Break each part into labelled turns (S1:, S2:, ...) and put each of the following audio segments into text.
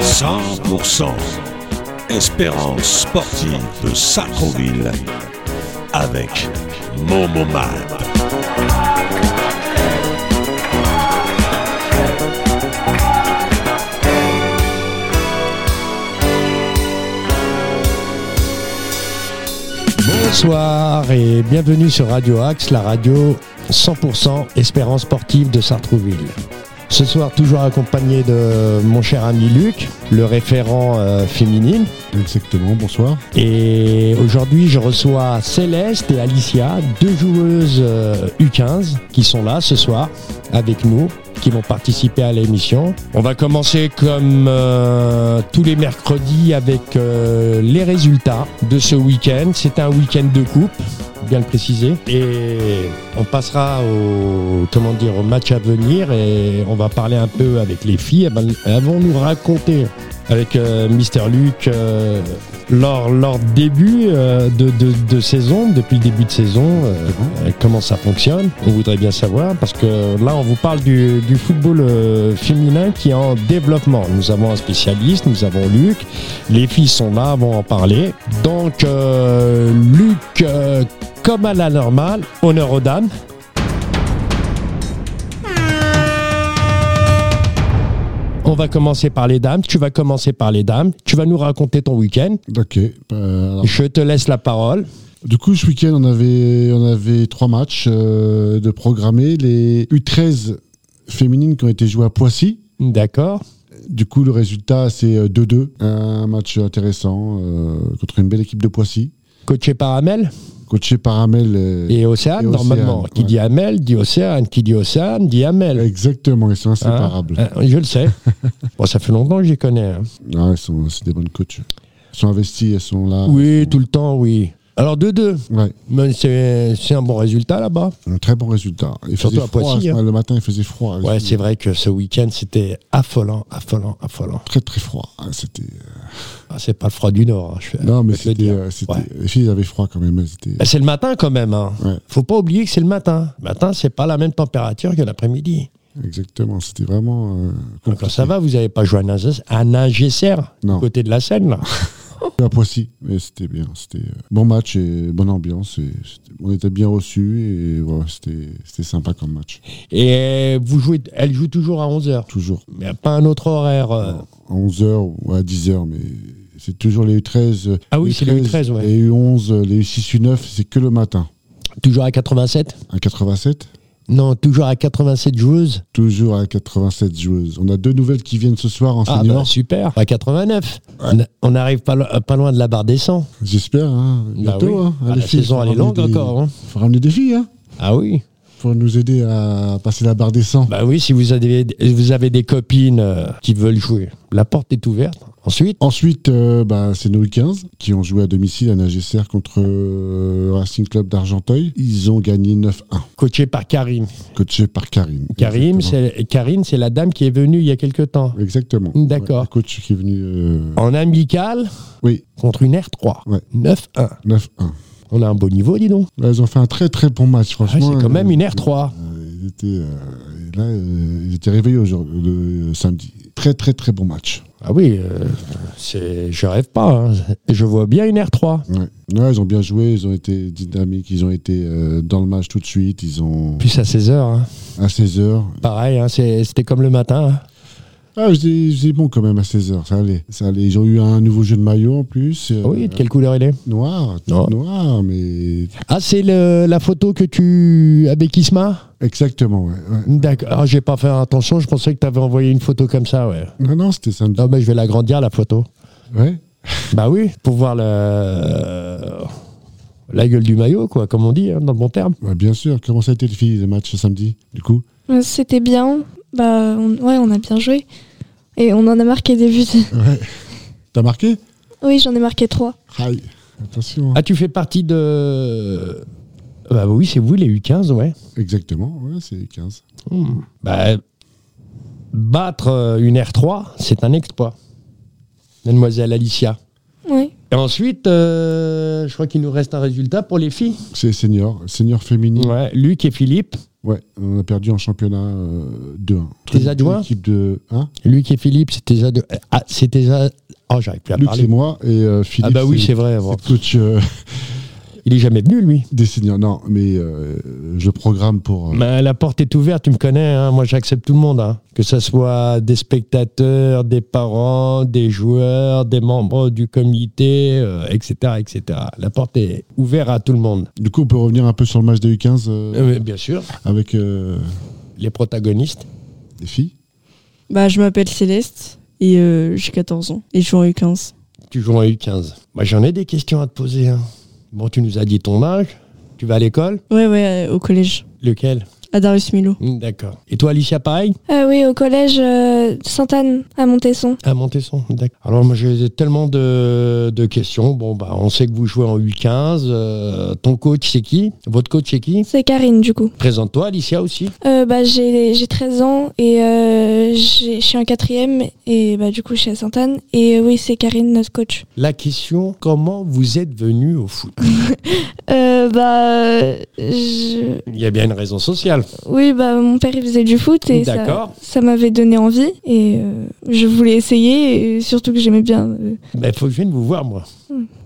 S1: 100% Espérance sportive de Sacroville avec Momomad.
S2: Bonsoir et bienvenue sur Radio Axe, la radio 100% Espérance sportive de Sartrouville. Ce soir, toujours accompagné de mon cher ami Luc, le référent euh, féminine.
S3: Exactement, bonsoir.
S2: Et aujourd'hui, je reçois Céleste et Alicia, deux joueuses euh, U15 qui sont là ce soir avec nous, qui vont participer à l'émission. On va commencer comme euh, tous les mercredis avec euh, les résultats de ce week-end. C'est un week-end de coupe, bien le préciser. Et on passera au, comment dire, au match à venir et on va parler un peu avec les filles. Elles vont- Elles vont nous raconter avec euh, Mister Luc euh, leur, leur début euh, de, de- de saison, depuis le début de saison, euh, euh, comment ça fonctionne. On voudrait bien savoir parce que là, on vous parle du, du football euh, féminin qui est en développement. Nous avons un spécialiste, nous avons Luc. Les filles sont là, vont en parler. Donc, euh, Luc, euh, comme à la normale, honneur aux dames. On va commencer par les dames. Tu vas commencer par les dames. Tu vas nous raconter ton week-end.
S3: Ok. euh, alors,
S2: Je te laisse la parole.
S3: du coup, ce week-end, on avait, on avait trois matchs euh, de programmés. Les U13 féminines qui ont été jouées à Poissy.
S2: D'accord.
S3: Du coup, le résultat, c'est euh, 2-2. Un match intéressant euh, contre une belle équipe de Poissy.
S2: Coaché par Amel
S3: Coaché par Amel. euh,
S2: et Océane,
S3: Et Océane,
S2: normalement. Qui
S3: ouais.
S2: dit Amel dit Océane, qui dit Océane dit Amel.
S3: Exactement, ils sont
S2: Hein
S3: inséparables.
S2: Hein, je le sais. bon, ça fait longtemps que j'y connais. hein.
S3: Ah, ils sont- c'est des bonnes coachs. Ils sont investis, elles sont là.
S2: oui, tout le temps, oui. Alors 2-2,
S3: Ouais,
S2: Mais c'est c'est un bon résultat là-bas.
S3: un très bon résultat. Il
S2: Surtout
S3: faisait
S2: à
S3: froid,
S2: Poissy, hein.
S3: ce- Le matin, il faisait froid.
S2: Ouais, c'est vrai que ce week-end, c'était affolant, affolant, affolant.
S3: Très, très froid. Ah, C'était.
S2: Ah, c'est pas le froid du Nord. hein, je fais-
S3: Non, mais
S2: je peux te
S3: c'était.
S2: dire.
S3: euh, c'était-
S2: Ouais.
S3: Les filles avaient froid quand même. elles étaient- euh,
S2: Ben, c'est le matin quand même. Hein.
S3: Ouais.
S2: Faut pas oublier que c'est le matin. Le matin, c'est pas la même température que l'après-midi.
S3: Exactement, c'était vraiment. euh,
S2: Donc là,
S3: compliqué.
S2: ça va, vous avez pas joué à un ingé- un ingécère du
S3: Non.
S2: côté de la Seine, là.
S3: À Poissy, mais c'était bien. C'était euh, bon match et bonne ambiance. et c'était- on était bien reçus et voilà, c'était c'était sympa comme match.
S2: Et vous jouez, elle joue toujours à 11h.
S3: Toujours.
S2: Mais pas un autre horaire. euh.
S3: À 11h ou à 10h, mais c'est toujours les U13. euh,
S2: Ah oui, c'est les U13, ouais.
S3: Les U11, euh, les U6, U9, c'est que le matin.
S2: Toujours à 87
S3: À 87
S2: Non, toujours à 87 joueuses.
S3: Toujours à 87 joueuses. On a deux nouvelles qui viennent ce soir en
S2: Ah, bah,
S3: senior.
S2: super. À 89. On a- On n'arrive pas, lo- euh, pas loin de la barre des 100.
S3: J'espère. hein.
S2: Bah
S3: Bientôt.
S2: oui.
S3: hein.
S2: Ah,
S3: Les
S2: la
S3: filles,
S2: saison,
S3: faut
S2: elle est
S3: ramener
S2: longue
S3: des-
S2: encore. hein.
S3: Faut ramener des filles. Hein.
S2: Ah oui.
S3: Pour nous aider à passer la barre des 100.
S2: Bah oui, si vous avez, vous avez des copines euh, qui veulent jouer, la porte est ouverte. Ensuite,
S3: Ensuite, euh, bah, c'est nos U15 qui ont joué à domicile à Nagesser contre euh, Racing Club d'Argenteuil. Ils ont gagné 9-1,
S2: coaché par Karim.
S3: coaché par Karim.
S2: Karim,
S3: Exactement.
S2: c'est Karim, c'est la dame qui est venue il y a quelque temps.
S3: Exactement.
S2: D'accord.
S3: Ouais, le coach qui est venu. euh,
S2: En amical
S3: Oui,
S2: contre une R3.
S3: Ouais.
S2: 9-1.
S3: 9-1.
S2: On a un beau niveau, dis donc.
S3: Là, ils ont fait un très très bon match,
S2: Ah, c'est
S3: franchement.
S2: quand même
S3: Euh,
S2: une R3.
S3: euh, ils étaient, euh, là, euh, ils étaient réveillés aujourd'hui, le samedi. Très très très bon match.
S2: Ah oui, euh, c'est, je rêve pas. hein. Je vois bien une R3.
S3: Ouais. Ouais, ils ont bien joué, ils ont été dynamiques, ils ont été euh, dans le match tout de suite. Ils ont
S2: Plus à 16h.
S3: à 16h,
S2: hein. Pareil, hein, c'est- c'était comme le matin. hein.
S3: Ah, j'ai j'ai bon quand même à 16h, ça allait. Ça allait. Ils ont eu un nouveau jeu de maillot en plus. euh,
S2: Ah oui, Ah. de quelle couleur il est
S3: Noir, tout
S2: Non.
S3: noir, mais.
S2: Ah, c'est le- la photo que tu. avec Isma
S3: Exactement, ouais. ouais.
S2: D'accord. Ah, j'ai pas fait attention, je pensais que tu avais envoyé une photo comme ça, ouais.
S3: Non, non, c'était samedi.
S2: Non, mais je vais l'agrandir, la photo.
S3: Ouais.
S2: Bah oui, pour voir le... la gueule du maillot, quoi, comme on dit, hein, dans le bon terme.
S3: Bah, bien sûr. Comment ça a été les filles, le match samedi, du coup
S4: Euh, C'était bien. Bah, on- ouais, on a bien joué. Et on en a marqué des buts.
S3: Ouais. T'as marqué
S4: oui, j'en ai marqué trois.
S3: Aïe. Attention. hein.
S2: Ah, tu fais partie de. Bah oui, c'est vous les U15, ouais.
S3: Exactement, ouais, c'est 15.
S2: Hmm. Bah, battre euh, une R3, c'est un exploit, mademoiselle Alicia.
S4: Ouais.
S2: Et ensuite, euh, je crois qu'il nous reste un résultat pour les filles.
S3: C'est senior, senior féminine. Ouais.
S2: Ouais, Luc et Philippe.
S3: on a perdu en championnat euh, 2-1.
S2: Tes adjoints
S3: L'équipe de hein? 1.
S2: Luc et Philippe, c'était déjà... De... Ah, c'était déjà... Oh, j'arrive plus à
S3: Luc,
S2: parler.
S3: c'est moi et euh, Philippe.
S2: Ah bah oui, c'est vrai. bon.
S3: c'est coach euh,
S2: Il est jamais venu, lui.
S3: des seniors. Non, mais euh, je programme pour. euh,
S2: Ben, la porte est ouverte, tu me connais, hein, moi j'accepte tout le monde. hein. Que ce soit des spectateurs, des parents, des joueurs, des membres du comité, euh, etc., etc. La porte est ouverte à tout le monde.
S3: Du coup, on peut revenir un peu sur le match des U15 euh,
S2: Euh, bien sûr,
S3: avec euh,
S2: les protagonistes.
S3: les filles.
S5: Bah, je m'appelle Céleste et euh, j'ai 14 ans et je joue en U15.
S2: Tu joues en U15. Moi j'en ai des questions à te poser. hein. Bon, tu nous as dit ton âge, tu vas à l'école
S5: Ouais, ouais, euh, au collège,
S2: Lequel
S5: à Darius Milo.
S2: Hmm, D'accord. Et toi, Alicia, pareil
S4: Euh, oui, au collège euh, Sainte-Anne à Montesson.
S2: À Montesson, d'accord. Alors moi j'ai tellement de, de questions. Bon bah on sait que vous jouez en U15. euh, ton coach c'est qui Votre coach c'est qui
S4: C'est Karine, du coup.
S2: Présente-toi Alicia aussi.
S4: Euh, bah, j'ai j'ai 13 ans et euh, j'ai- je suis en quatrième et bah, du coup je suis à Sainte-Anne. Et euh, oui, c'est Karine, notre coach.
S2: La question, comment vous êtes venu au foot
S4: Euh, bah, euh, je-
S2: Il y a bien une raison sociale.
S4: Oui, bah, mon père il faisait du foot et ça,
S2: D'accord.
S4: ça m'avait donné envie. Et euh, je voulais essayer et surtout que j'aimais bien. euh,
S2: Mais il Bah, faut que je vienne vous voir moi.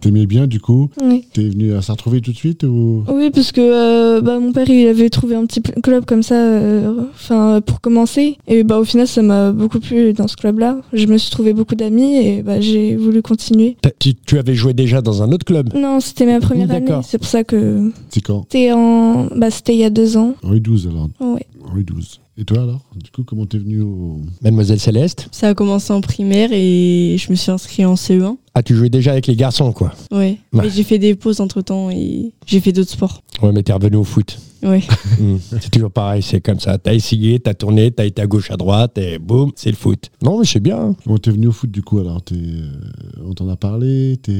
S3: T'aimais bien, du coup.
S4: oui.
S3: T'es venu à s'en retrouver tout de suite ou
S4: Oui, parce que euh, bah, mon père, il avait trouvé un petit pl- club comme ça euh, enfin, pour commencer. Et bah, au final, ça m'a beaucoup plu dans ce club-là. Je me suis trouvé beaucoup d'amis et bah, j'ai voulu continuer.
S2: T'as- Tu, tu avais joué déjà dans un autre club.
S4: Non, c'était ma première année.
S2: D'accord.
S4: C'est pour ça que
S3: c'est quand
S4: c'était en... bah, c'était il y a deux ans.
S3: En U12 alors.
S4: Ouais.
S3: En U12. Et toi alors Du coup, comment t'es venu au
S2: Mademoiselle Céleste,
S5: Ça a commencé en primaire et je me suis inscrit en CE1.
S2: ah tu jouais déjà avec les garçons quoi.
S5: Ouais.
S2: Ouais.
S5: Mais j'ai fait des pauses entre temps et j'ai fait d'autres sports.
S2: Ouais mais t'es revenu au foot.
S5: Ouais.
S2: Hmm, C'est toujours pareil, c'est comme ça. T'as essayé, t'as tourné, t'as été à gauche, à droite et boum, c'est le foot. Non mais c'est bien. hein.
S3: Comment t'es venu au foot du coup alors t'es, euh, On t'en a parlé, t'es-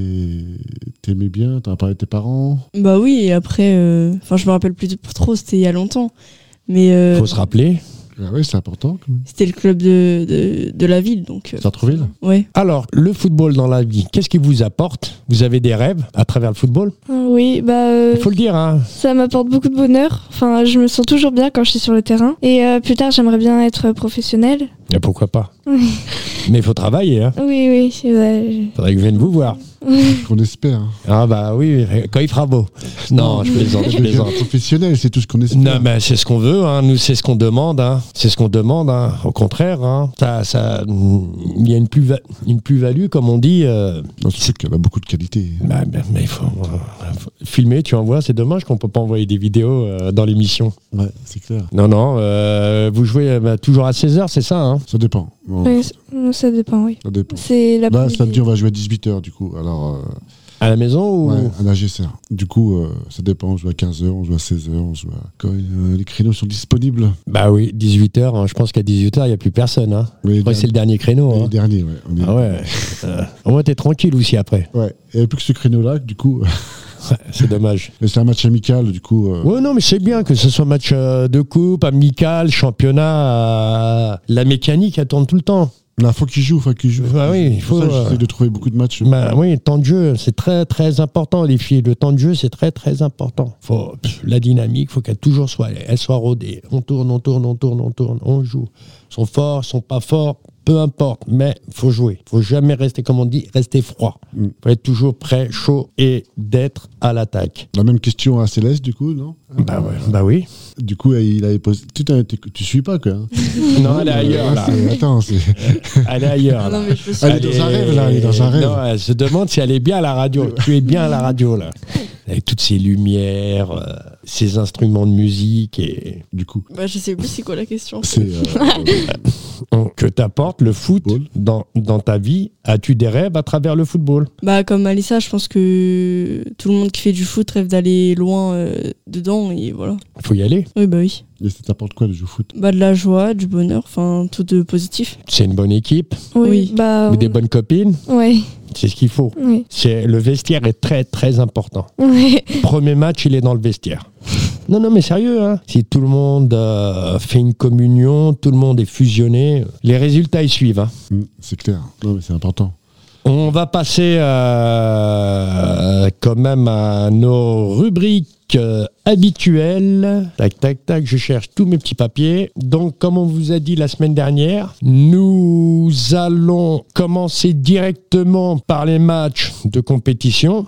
S3: t'aimais bien, t'en as parlé à tes parents.
S5: bah oui, et après, euh, enfin, je me rappelle plus de- trop, c'était il y a longtemps. Mais euh,
S2: Faut se rappeler.
S3: Ah ouais, c'est important. Quand même.
S5: c'était le club de, de, de la ville, donc. euh,
S3: Sartreville
S5: Ouais.
S2: Alors, le football dans la vie, qu'est-ce qui vous apporte Vous avez des rêves à travers le football
S4: Ah Oui, bah, euh,
S2: Faut le dire, hein.
S4: ça m'apporte beaucoup de bonheur. Enfin, je me sens toujours bien quand je suis sur le terrain. Et euh, plus tard, j'aimerais bien être professionnelle.
S2: Et pourquoi pas Mais il faut travailler, hein.
S4: Oui, oui, c'est vrai.
S2: Faudrait que je vienne vous voir.
S3: Qu'on espère. hein.
S2: Ah bah oui, quand il fera beau. Non, je plaisante, je
S3: Devenir
S2: plaisante.
S3: professionnel, c'est tout ce qu'on espère.
S2: Non, mais c'est ce qu'on veut, hein. nous c'est ce qu'on demande, hein. c'est ce qu'on demande, hein. au contraire. Hein. Ça, ça, il y a une plus-va- une plus-value, comme on dit. euh,
S3: Dans ce foot, il y en a beaucoup de qualité.
S2: bah, bah, mais il faut, euh, faut- filmer, tu envoies, c'est dommage qu'on peut pas envoyer des vidéos euh, dans l'émission.
S3: Ouais, c'est clair.
S2: Non, non, euh, vous jouez euh, bah, toujours à 16h, c'est ça hein
S3: Ça dépend. Bon,
S4: Oui, c- ça dépend, oui.
S3: Ça dépend.
S4: C'est la
S2: Bah,
S3: Là, samedi, on va jouer à 18h du coup. Alors, euh,
S2: À la maison ou
S3: ouais, à la GCR. Du coup, euh, ça dépend. On joue à 15h, on joue à 16h, on joue à. Quand euh, les créneaux sont disponibles.
S2: Bah oui, 18h, je pense qu'à 18h, il n'y a plus personne. Hein.
S3: Les,
S2: Ouais, c'est le dernier créneau.
S3: les
S2: hein.
S3: derniers, ouais. On est-
S2: Ah ouais. euh, au moins, t'es tranquille aussi après.
S3: Ouais, et plus que ce créneau-là, du coup,
S2: Ouais, C'est dommage.
S3: mais c'est un match amical, du coup, euh,
S2: Ouais, non, mais c'est bien que ce soit match euh, de coupe, amical, championnat. euh, la mécanique, elle tourne tout le temps.
S3: là, faut qu'il joue, faut qu'il joue.
S2: Bah oui, il
S3: C'est pour
S2: faut.
S3: ça que
S2: euh,
S3: J'essaie de trouver beaucoup de matchs.
S2: bah oui, le temps de jeu, c'est très, très important, les filles. Le temps de jeu, c'est très, très important. Faut, pff, la dynamique, faut qu'elle toujours soit, elle soit rodée. On tourne, on tourne, on tourne, on tourne, on joue. Ils sont forts, ils sont pas forts, peu importe, mais faut jouer. Faut jamais rester, comme on dit, rester froid.
S3: Mm.
S2: Faut être toujours prêt, chaud et d'être à l'attaque.
S3: La même question à Céleste, du coup, non
S2: Bah, ouais, bah oui.
S3: Du coup, il avait posé. Tu, t'as- t'es- tu suis pas, quoi. hein.
S2: Non, elle est ailleurs, là.
S3: C'est- Attends, c'est.
S2: Elle est ailleurs.
S5: Ah
S2: là.
S5: non, mais je me suis-
S3: Elle est dans un rêve, là, elle est dans un rêve.
S2: Non, elle se demande si elle est bien à la radio. tu es bien à la radio, là. Avec toutes ces lumières, euh, ces instruments de musique et
S3: Du coup,
S5: Bah, je sais plus c'est quoi la question.
S3: c'est. euh, euh,
S2: on- que t'apporte le foot
S3: Football.
S2: dans, dans ta vie. As-tu des rêves à travers le football
S5: Bah, comme Alissa, je pense que tout le monde qui fait du foot rêve d'aller loin euh, dedans et voilà.
S2: Il faut y aller.
S5: Oui, bah oui.
S3: et ça t'apporte quoi, le jeu au foot
S5: Bah, de la joie, du bonheur, enfin, tout de positif.
S2: C'est une bonne équipe,
S4: Oui,
S5: Oui.
S4: bah.
S2: des bonnes copines,
S4: Ouais,
S2: c'est ce qu'il faut.
S4: ouais,
S2: C'est le vestiaire est très très important.
S4: ouais.
S2: Premier match, il est dans le vestiaire. Non, non, mais sérieux, hein. si tout le monde euh, fait une communion, tout le monde est fusionné, les résultats ils suivent. hein.
S3: Mm, C'est clair. Non, mais c'est important.
S2: On va passer euh, quand même à nos rubriques euh, habituelles. Tac, tac, tac, je cherche tous mes petits papiers. Donc, comme on vous a dit la semaine dernière, nous allons commencer directement par les matchs de compétition.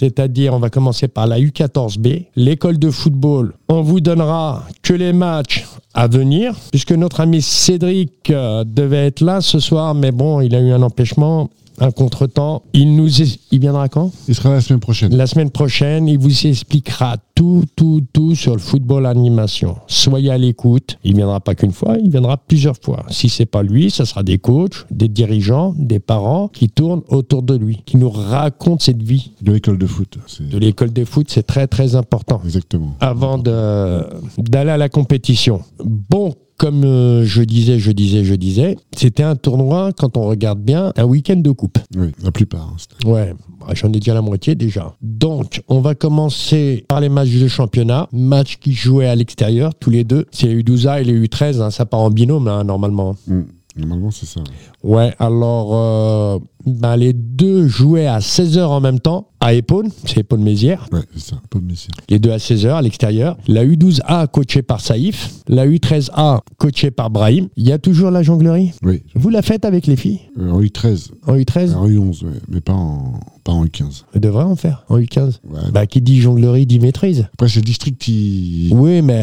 S2: C'est-à-dire, on va commencer par la U14B, l'école de football. On vous donnera que les matchs à venir, puisque notre ami Cédric euh, devait être là ce soir, mais bon, il a eu un empêchement, un contretemps. Il nous, es- il viendra quand
S3: Il sera la semaine prochaine.
S2: La semaine prochaine, il vous expliquera tout, tout, tout sur le football animation. Soyez à l'écoute. Il viendra pas qu'une fois, il viendra plusieurs fois. Si c'est pas lui, ça sera des coachs, des dirigeants, des parents qui tournent autour de lui, qui nous racontent cette vie
S3: De l'école de foot. c'est-
S2: de l'école de foot, c'est très très important
S3: Exactement.
S2: avant de- d'aller à la compétition. Bon, comme euh, je disais, je disais, je disais, c'était un tournoi, quand on regarde bien, un week-end de coupe.
S3: Oui, la plupart. hein, c'est-
S2: Ouais, bah, j'en ai déjà la moitié déjà. Donc, on va commencer par les matchs de championnat. Matchs qui jouaient à l'extérieur, tous les deux. C'est les U12A et les U13, hein, ça part en binôme, hein, normalement.
S3: Mm. Normalement, c'est ça.
S2: Ouais, alors, euh, bah, les deux jouaient à 16h en même temps, à Épaule, c'est Épaule-Mézières.
S3: Ouais, c'est ça. Pas de messieurs.
S2: Les deux à 16h à l'extérieur. La U12A coachée par Saïf. La U13A coachée par Brahim. Il y a toujours la jonglerie.
S3: Oui.
S2: Vous la faites avec les filles
S3: Euh, en U13.
S2: En U13
S3: En U11, ouais, mais pas en, pas en U15.
S2: On devrait en faire. En U15
S3: Ouais.
S2: Bah, qui dit jonglerie dit maîtrise.
S3: Après, c'est le district qui.
S2: Oui, mais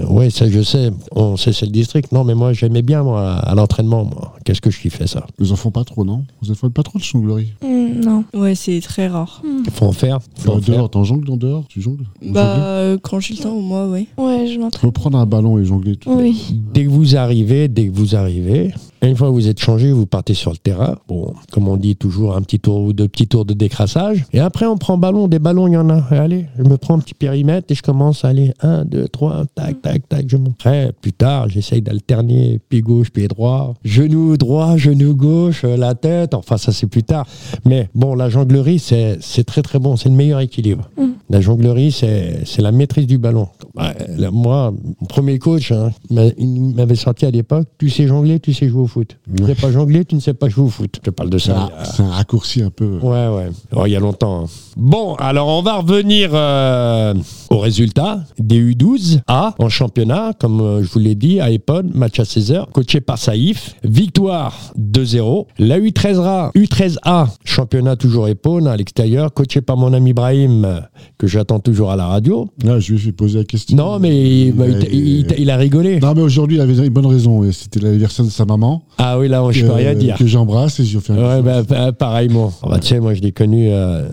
S2: euh, ouais, ça je sais. On sait, c'est le district. Non, mais moi j'aimais bien moi à l'entraînement. moi. Qu'est-ce que je kiffais ça
S3: Les enfants, pas trop, non Vous n'en faites pas trop de jonglerie
S4: Hmm, non.
S5: Ouais, c'est très rare.
S2: Faut en faire. Hmm. Faut en
S3: En
S2: faire.
S3: Bah, dehors, t'en jongles en dehors Tu jongles Vous jonglez
S5: Bah, euh, quand j'ai le temps, au moins, ouais.
S4: Ouais, je
S3: Tu
S4: m'entraîne.
S3: peux prendre un ballon et jongler tout.
S4: Oui.
S2: Dès que vous arrivez, dès que vous arrivez, une fois que vous êtes changé, vous partez sur le terrain. Bon, comme on dit toujours, un petit tour ou deux petits tours de décrassage. Et après, on prend ballon. Des ballons, il y en a. Allez, je me prends un petit périmètre et je commence à aller 1, 2, 3, tac, tac, tac. Je monte. Après, plus tard, j'essaye d'alterner pied gauche, pied droit, genou droit, genou gauche, euh, la tête. Enfin, ça, c'est plus tard. Mais bon, la jonglerie, c'est c'est très très bon, c'est le meilleur équilibre.
S4: Mm.
S2: La jonglerie, c'est c'est la maîtrise du ballon. Ouais, là, moi, mon premier coach, hein, il m'a- il m'avait sorti à l'époque, tu sais jongler, tu sais jouer au foot. Tu ne sais pas jongler, tu ne sais pas jouer au foot. Je te parle de
S3: C'est
S2: ça.
S3: un, c'est un raccourci un peu.
S2: Ouais, ouais. Oh, il y a longtemps. hein. Bon, alors on va revenir euh, aux résultats des U12 A en championnat, comme euh, je vous l'ai dit, à Epon, match à 16h, coaché par Saïf. Victoire 2-0. La U13A, U13A, championnat toujours Epon à l'extérieur, coaché par mon ami Brahim, euh, que j'attends toujours à la radio.
S3: Là, je lui ai fait poser la question.
S2: Non, mais il, bah, il-
S3: avait-
S2: il- il- il a rigolé.
S3: Non, mais aujourd'hui, il avait une bonne raison. et C'était l'anniversaire de sa maman.
S2: Ah oui, là, je peux
S3: que-
S2: rien dire.
S3: Que j'embrasse et je lui ai fait un
S2: Ouais,
S3: bisou.
S2: bah, pa- pareillement. Ah, bah, tu sais, moi, je l'ai connu, euh,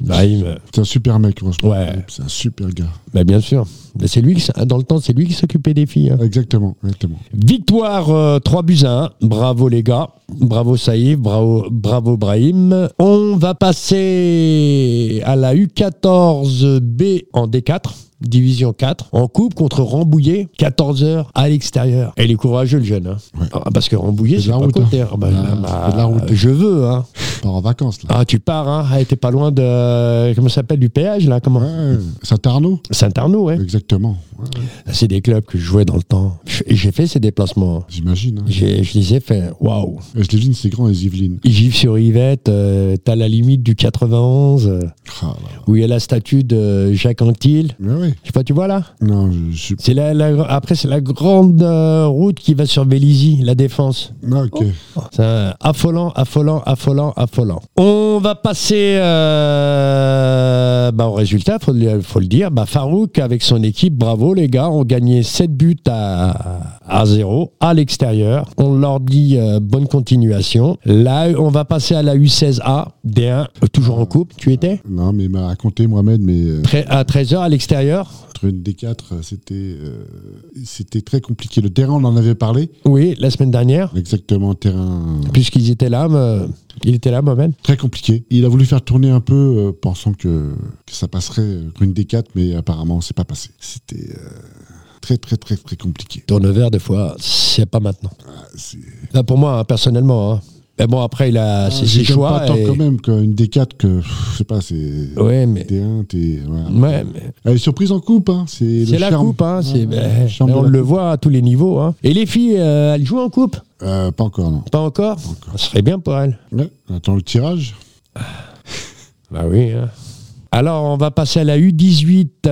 S2: Brahim. euh,
S3: C'est un super mec, franchement.
S2: Ouais.
S3: C'est un super gars.
S2: Bah, bien sûr. Mais c'est lui qui s- dans le temps, c'est lui qui s'occupait des filles. hein.
S3: Exactement, exactement.
S2: Victoire euh, 3 buts à 1. Bravo les gars. Bravo Saïf. Bravo, bravo Brahim. On va passer à la U14B en D4. Division 4 en coupe contre Rambouillet, 14h à l'extérieur. Et il est courageux le jeune. hein.
S3: Ouais.
S2: Ah, parce que Rambouillet,
S3: C'est de
S2: c'est
S3: la
S2: pas
S3: route,
S2: côté.
S3: hein.
S2: Ah, bah,
S3: Ah,
S2: bah,
S3: c'est de la route.
S2: Je veux. Hein.
S3: On part en vacances, là.
S2: Ah, tu pars. Hein. Ah, t'es pas loin de. Comment ça s'appelle Du péage, là comment
S3: Ouais, Saint-Arnaud
S2: Saint-Arnaud, ouais.
S3: Exactement. Ouais,
S2: C'est des clubs que je jouais dans le temps. Je- et J'ai fait ces déplacements.
S3: J'imagine. hein.
S2: J'ai- Je les ai fait. Waouh.
S3: Les Yvelines, c'est grand, les Yvelines.
S2: Gif sur Yvette, euh, t'as la limite du 91, euh,
S3: Ah, là.
S2: où il y a la statue de Jacques Anquetil.
S3: Mais oui.
S2: Je sais pas, tu vois là
S3: Non, je, je suis.
S2: C'est la, la- Après, c'est la grande euh, route qui va sur Vélizy, la défense.
S3: Non, Ah, ok.
S2: C'est un affolant, affolant, affolant, affolant. On va passer euh, bah, au résultat, faut le, faut le dire. Bah, Farouk avec son équipe, bravo les gars, ont gagné 7 buts à, à 0 à l'extérieur. On leur dit euh, bonne continuation. Là, on va passer à la U16A, D1, euh, toujours en coupe, tu étais
S3: Non, mais il m'a raconté Mohamed, mais euh,
S2: Très- à 13h à l'extérieur
S3: entre une des quatre, euh, c'était euh, c'était très compliqué. Le terrain, on en avait parlé.
S2: Oui, la semaine dernière,
S3: Exactement, terrain
S2: puisqu'ils étaient là, euh, il était là, Mohamed.
S3: très compliqué. Il a voulu faire tourner un peu, euh, pensant que, que ça passerait euh, une des quatre, mais apparemment, c'est pas passé. C'était euh, très, très, très, très compliqué.
S2: Tournever, des fois, c'est pas maintenant.
S3: Ah, c'est-
S2: Là, pour moi, hein, personnellement, hein, Mais bon, après, il a
S3: Ah,
S2: ses,
S3: j'ai
S2: ses choix.
S3: pas tant
S2: et-
S3: quand même qu'une D4 que, pff, je sais pas, c'est.
S2: Ouais, mais.
S3: D1, t'es. voilà.
S2: Ouais, mais
S3: Elle est surprise en coupe, hein. C'est
S2: c'est
S3: le
S2: la
S3: charme.
S2: coupe, hein, c'est-
S3: Ouais,
S2: ben,
S3: le charme de
S2: on
S3: la
S2: le
S3: coupe.
S2: voit à tous les niveaux. hein. Et les filles, euh, elles jouent en coupe
S3: Euh, pas encore, non.
S2: Pas encore
S3: Pas encore.
S2: Ce serait bien pour elles.
S3: Ouais, on attend le tirage.
S2: Bah oui. hein. Alors, on va passer à la U18A,